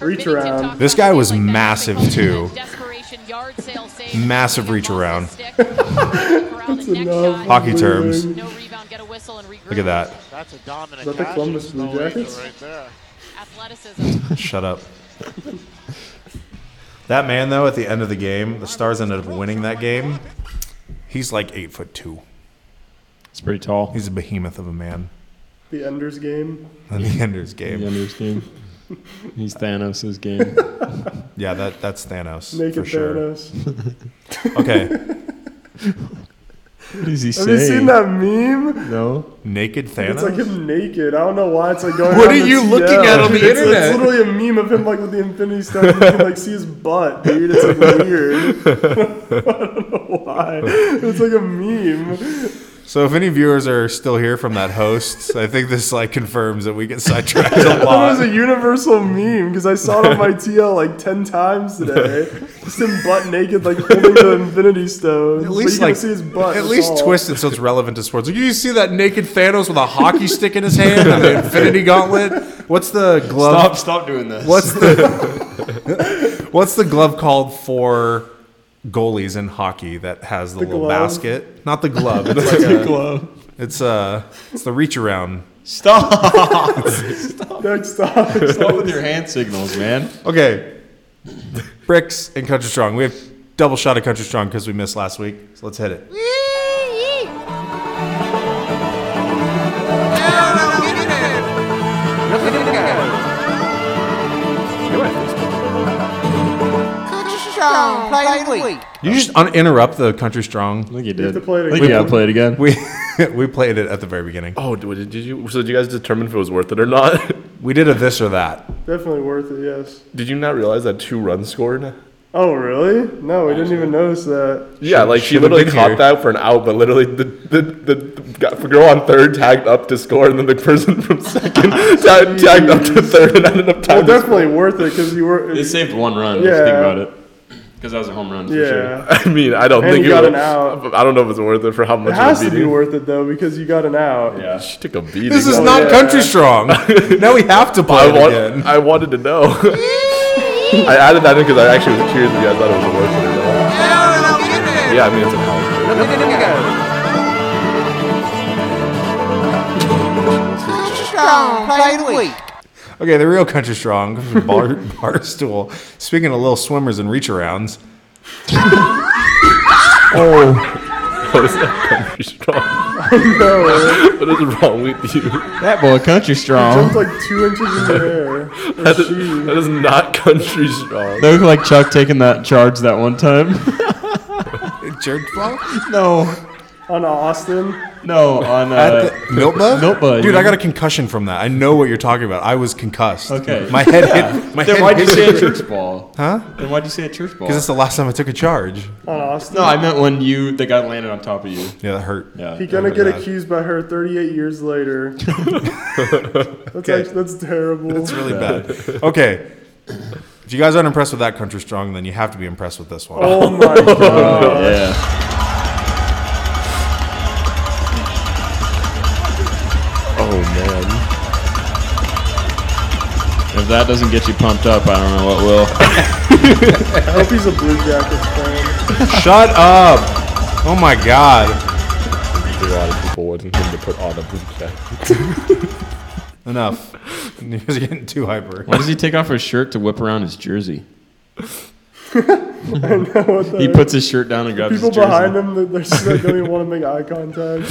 Speaker 4: Reach around.
Speaker 6: This guy was massive too.
Speaker 17: desperation yard sale save.
Speaker 6: Massive reach around.
Speaker 17: *laughs*
Speaker 4: That's enough.
Speaker 6: Hockey
Speaker 4: Blue
Speaker 6: terms.
Speaker 4: Jackets.
Speaker 6: Look at that.
Speaker 17: That's a dominant.
Speaker 4: Is that the Columbus Blue Jackets?
Speaker 17: Athleticism.
Speaker 6: Shut up. *laughs* That man though, at the end of the game, the Stars ended up winning that game. He's like eight foot two.
Speaker 7: It's pretty tall.
Speaker 6: He's a behemoth of a man.
Speaker 4: The Enders game.
Speaker 6: And the Ender's game.
Speaker 7: The Ender's game. He's Thanos' game.
Speaker 6: Yeah, that that's Thanos
Speaker 4: Naked
Speaker 6: for sure. *laughs*
Speaker 4: Thanos.
Speaker 6: Okay.
Speaker 4: *laughs*
Speaker 7: What is he
Speaker 4: Have you seen that meme?
Speaker 7: No.
Speaker 6: Naked Thanos.
Speaker 4: It's like him naked. I don't know why it's like going.
Speaker 7: What
Speaker 4: around
Speaker 7: are you
Speaker 4: this-
Speaker 7: looking
Speaker 4: yeah,
Speaker 7: at on the
Speaker 4: it's-
Speaker 7: internet?
Speaker 4: It's literally a meme of him like with the Infinity Stone. You can like see his butt, dude. It's like weird. *laughs* I don't know why. It's like a meme.
Speaker 6: So if any viewers are still here from that host, I think this like confirms that we get
Speaker 4: *laughs*
Speaker 6: sidetracked a
Speaker 4: I thought it was
Speaker 6: lot.
Speaker 4: a universal meme because I saw it on my TL like ten times today. Just him butt naked, like holding the Infinity Stone.
Speaker 6: At
Speaker 4: But
Speaker 6: least
Speaker 4: you can
Speaker 6: like
Speaker 4: see his butt.
Speaker 6: at
Speaker 4: that's
Speaker 6: least
Speaker 4: all.
Speaker 6: twist it so it's relevant to sports. Like, you see that naked Thanos with a hockey stick in his hand and the Infinity Gauntlet. What's the
Speaker 7: Stop!
Speaker 6: glove?
Speaker 7: Stop doing this. *laughs*
Speaker 6: What's the What's the glove called for goalies in hockey that has the,
Speaker 4: The
Speaker 6: little
Speaker 4: glove?
Speaker 6: basket? Not
Speaker 4: *laughs*
Speaker 6: the glove. It's
Speaker 4: What's
Speaker 6: like
Speaker 4: the
Speaker 6: a
Speaker 4: glove?
Speaker 6: *laughs* It's uh it's the reach around.
Speaker 7: Stop!
Speaker 4: Doug, stop.
Speaker 7: Stop with your hand signals, man.
Speaker 6: Okay. Bricks and Country Strong. We have double shot of Country Strong because we missed last week. So let's hit it.
Speaker 2: Strong play of the week.
Speaker 6: You just un- interrupt the Country Strong. I
Speaker 7: think you
Speaker 4: did. have to play it
Speaker 7: I think you gotta play it again.
Speaker 6: We *laughs* we played it at the very beginning.
Speaker 5: Oh, did, did you? So did you guys determine if it was worth it or not? *laughs*
Speaker 6: We did a this or that.
Speaker 4: Definitely worth it. Yes.
Speaker 5: Did you not realize that two runs scored?
Speaker 4: Oh really? No, we didn't even notice that.
Speaker 5: Yeah, like she literally caught that for an out, but literally the the, the, the girl on third tagged up to score, and then the person *laughs* from second tag, tagged up to third and ended up
Speaker 4: Well,
Speaker 5: tagging.
Speaker 4: definitely worth it because you were.
Speaker 7: It saved one run. If you
Speaker 4: Yeah.
Speaker 7: think about it, because that was a home run. For
Speaker 4: Yeah.
Speaker 7: sure.
Speaker 5: *laughs* I mean, I don't
Speaker 4: And
Speaker 5: think
Speaker 4: you
Speaker 5: it
Speaker 4: got
Speaker 5: was,
Speaker 4: an out.
Speaker 5: I don't know if it's worth it for how much
Speaker 4: It has to
Speaker 5: was
Speaker 4: be worth it though because you got an out.
Speaker 5: Yeah, *laughs* she took a beating.
Speaker 6: This is
Speaker 4: Oh,
Speaker 6: not
Speaker 4: yeah.
Speaker 6: country strong. *laughs* now we have to play
Speaker 5: I,
Speaker 6: it
Speaker 5: want-
Speaker 6: again.
Speaker 5: I wanted to know. *laughs* I added that in because I actually was curious if you guys thought it was worth it or not. Yeah, I mean it's an out.
Speaker 2: Look at him go. Strong play of the week.
Speaker 6: Okay, the real country strong comes from bar, *laughs* bar stool. Speaking of little swimmers and reach arounds.
Speaker 5: oh. What is that
Speaker 4: *laughs*
Speaker 5: country strong? *laughs* what is wrong with you?
Speaker 7: That boy, country strong.
Speaker 4: *laughs* Jumped like two inches in the air.
Speaker 5: That is, that is not country strong.
Speaker 7: They look like Chuck taking that charge that one time. *laughs*
Speaker 6: Jared Ball?
Speaker 7: no.
Speaker 4: On Austin.
Speaker 7: No, on uh,
Speaker 6: At the, Miltba?
Speaker 7: Miltba,
Speaker 6: Dude,
Speaker 7: yeah.
Speaker 6: I got a concussion from that. I know what you're talking about. I was concussed.
Speaker 7: Okay.
Speaker 6: My head
Speaker 7: Yeah. *laughs*
Speaker 6: hit. My
Speaker 7: then
Speaker 6: head
Speaker 7: why'd you
Speaker 6: hit
Speaker 7: say
Speaker 6: the-
Speaker 7: a church ball?
Speaker 6: Huh?
Speaker 7: Then why'd you say a church ball?
Speaker 6: Because it's the last time I took a charge.
Speaker 4: On Austin.
Speaker 7: no, I meant when you the guy landed on top of you.
Speaker 6: Yeah, that hurt.
Speaker 7: Yeah.
Speaker 4: He gonna get
Speaker 6: bad.
Speaker 4: accused by her 38 years later. that's
Speaker 6: Okay.
Speaker 4: actually, that's terrible.
Speaker 6: That's
Speaker 4: *laughs*
Speaker 6: really bad. Okay. If you guys aren't impressed with that country strong, then you have to be impressed with this one.
Speaker 4: Oh my god.
Speaker 7: Yeah.
Speaker 5: Oh man.
Speaker 7: If that doesn't get you pumped up, I don't know what will.
Speaker 4: I hope he's a Blue Jackets fan.
Speaker 6: Shut up. Oh my god.
Speaker 5: A lot of people wanting him to put on a blue jacket.
Speaker 6: Enough. *laughs* You're getting too hyper.
Speaker 7: Why does he take off his shirt to whip around his
Speaker 4: *laughs*
Speaker 7: jersey?
Speaker 4: I know what the
Speaker 7: He puts his shirt down and grabs
Speaker 4: people
Speaker 7: his jersey.
Speaker 4: behind him that they're so- don't even want to make eye contact.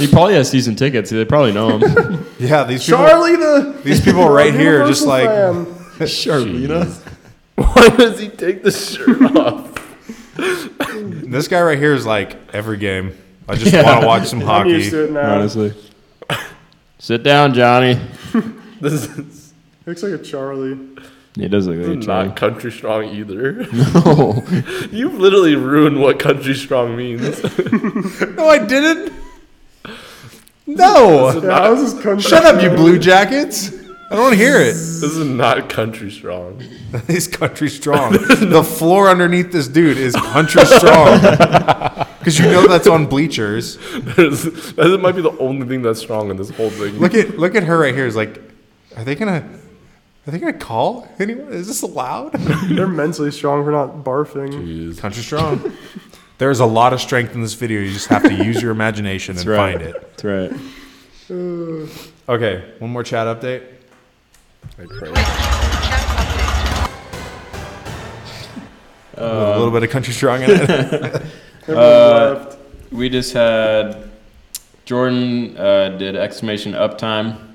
Speaker 7: *laughs* He probably has season tickets. They probably know
Speaker 4: *laughs*
Speaker 7: him.
Speaker 6: Yeah, these people.
Speaker 4: Charlie the
Speaker 6: These
Speaker 4: *laughs*
Speaker 6: people right here, are just like
Speaker 4: Universal fan.
Speaker 7: Charlena.
Speaker 5: Why does he take the shirt off?
Speaker 6: this guy right here is like every game. I just
Speaker 7: Yeah.
Speaker 6: want to watch some
Speaker 4: I'm used
Speaker 6: hockey.
Speaker 4: to it now.
Speaker 7: Honestly. Sit down, Johnny.
Speaker 5: This is
Speaker 4: Looks like a Charlie.
Speaker 7: He does look like a Charlie.
Speaker 5: not country strong either. *laughs*
Speaker 7: No.
Speaker 5: You've literally ruined what country strong means.
Speaker 6: No, I didn't. No.
Speaker 4: Yeah, how's his country?
Speaker 6: Shut up, you Blue Jackets. I don't want to hear it.
Speaker 5: This is not country strong. *laughs*
Speaker 6: *laughs* He's country *laughs* strong. The floor underneath this dude is country strong. *laughs* Because you know that's on bleachers.
Speaker 5: There's, that might be the only thing that's strong in this whole thing.
Speaker 6: Look at look at her right here. Is like, are they gonna? Are they gonna call anyone? Is this allowed? *laughs*
Speaker 4: They're mentally strong for not barfing.
Speaker 5: Jeez.
Speaker 6: Country strong. There's a lot of strength in this video. You just have to use your imagination and
Speaker 7: right.
Speaker 6: find it.
Speaker 7: *laughs* That's right.
Speaker 6: Okay, one more chat update.
Speaker 8: Chat update.
Speaker 6: With a little bit of country strong in *laughs* it.
Speaker 4: Everyone left.
Speaker 7: We just had Jordan uh, did exclamation uptime.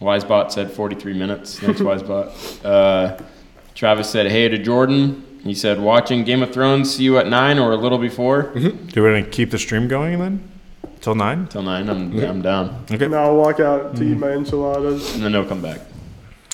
Speaker 7: Wisebot said 43 minutes.
Speaker 4: *laughs*
Speaker 7: Thanks, Wisebot. Uh, Travis said, hey to Jordan. He said, watching Game of Thrones, see you at 9 or a little before.
Speaker 6: Do we want to keep the stream going then? Till nine?
Speaker 7: Till 9, I'm, I'm down.
Speaker 6: Okay.
Speaker 4: Now I'll walk out to eat my enchiladas.
Speaker 7: And then he'll come back.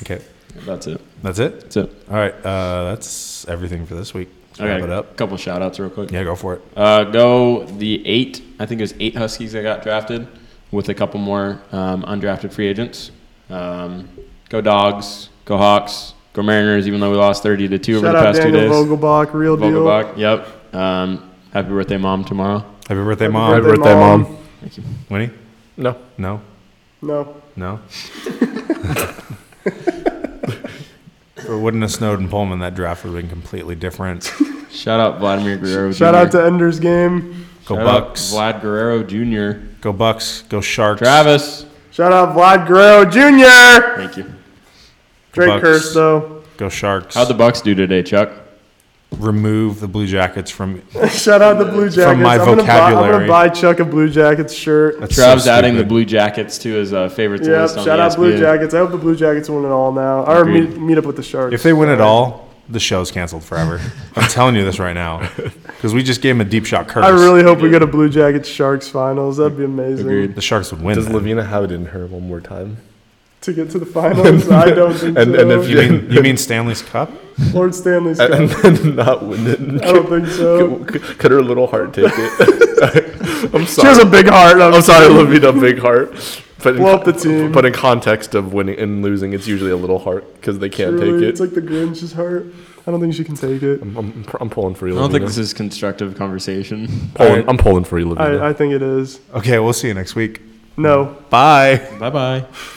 Speaker 6: Okay.
Speaker 7: That's it.
Speaker 6: That's it?
Speaker 7: That's it.
Speaker 6: All right. Uh, that's everything for this week. Let's
Speaker 7: Okay,
Speaker 6: Wrap it up.
Speaker 7: couple shout outs real quick.
Speaker 6: Yeah, go for it.
Speaker 7: Uh, go the eight. I think it was eight Huskies that got drafted, with a couple more um, undrafted free agents. Um, go Dogs. Go Hawks. Go Mariners. Even though we lost thirty to two over
Speaker 4: Shout
Speaker 7: the
Speaker 4: out
Speaker 7: past two
Speaker 4: Daniel
Speaker 7: days.
Speaker 4: Vogelbach, real deal.
Speaker 7: Vogelbach. Yep. Um, happy birthday, mom. Tomorrow.
Speaker 6: Happy birthday,
Speaker 4: Happy
Speaker 6: mom.
Speaker 4: birthday, Happy birthday, Mom. Mom.
Speaker 6: Winnie?
Speaker 5: No.
Speaker 6: No.
Speaker 4: No,
Speaker 7: *laughs*
Speaker 6: No. If it wouldn't have snowed in Pullman, that draft would have been
Speaker 7: *laughs*
Speaker 6: completely different.
Speaker 7: Shout out Vladimir Guerrero.
Speaker 4: shout
Speaker 7: Jr.
Speaker 4: out to Ender's Game.
Speaker 6: Go
Speaker 7: Shout out
Speaker 6: Bucks.
Speaker 7: Vlad Guerrero Jr.
Speaker 6: Go Bucks. Go Sharks.
Speaker 7: Travis.
Speaker 4: Shout out Vlad Guerrero Jr.
Speaker 7: Thank you.
Speaker 4: Great
Speaker 6: Bucks.
Speaker 4: curse though.
Speaker 6: Go Sharks.
Speaker 7: How'd the Bucks do today, Chuck?
Speaker 6: Remove the Blue
Speaker 7: *laughs*
Speaker 6: Jackets from.
Speaker 4: Shout out the Blue Jackets.
Speaker 6: my
Speaker 4: I'm gonna buy-
Speaker 6: vocabulary.
Speaker 4: I'm gonna buy Chuck a Blue Jackets shirt.
Speaker 6: That's so
Speaker 7: Trav's adding the
Speaker 6: stupid.
Speaker 7: Blue Jackets to his uh, favorites
Speaker 4: Yep,
Speaker 7: list on
Speaker 4: shout out Blue
Speaker 7: ESPN.
Speaker 4: Jackets. I hope the Blue Jackets win it all now. Or meet, meet up with the Sharks.
Speaker 6: If they win it all, the show's
Speaker 7: *laughs*
Speaker 6: canceled forever. I'm telling you this right now. Because we just gave him a deep shot curse.
Speaker 4: I really hope we get a Blue Jackets Sharks finals. That'd be amazing.
Speaker 7: Agreed.
Speaker 6: The Sharks would win.
Speaker 5: Does
Speaker 6: that.
Speaker 5: Lavina have it in her one more time?
Speaker 4: to get to the finals? I
Speaker 7: *laughs*
Speaker 4: don't think
Speaker 5: And-
Speaker 4: so.
Speaker 5: and if
Speaker 6: You mean, you mean Stanley's Cup?
Speaker 4: Lord
Speaker 7: *laughs*
Speaker 4: Stanley's Cup.
Speaker 5: *laughs* and then not win it.
Speaker 4: I don't think so.
Speaker 5: Could, *laughs* could her little heart take it? *laughs* I'm sorry.
Speaker 4: has a big heart,
Speaker 5: I'm,
Speaker 7: Oh,
Speaker 4: I'm
Speaker 5: sorry,
Speaker 4: kidding.
Speaker 5: Levita, big heart. But in,
Speaker 4: Blow up the team.
Speaker 5: But in context of winning and losing, it's usually a little heart because they can't
Speaker 4: Truly,
Speaker 5: take
Speaker 4: It's
Speaker 5: it.
Speaker 4: like the Grinch's heart. I don't think she can take it.
Speaker 5: I'm, I'm, I'm pulling for you.
Speaker 7: I don't think
Speaker 5: Levita.
Speaker 7: this is constructive conversation.
Speaker 5: Pulling- I'm pulling for you, Levita.
Speaker 4: I, I think it is.
Speaker 6: Okay, we'll see you next week.
Speaker 4: No.
Speaker 6: Bye.
Speaker 7: Bye bye.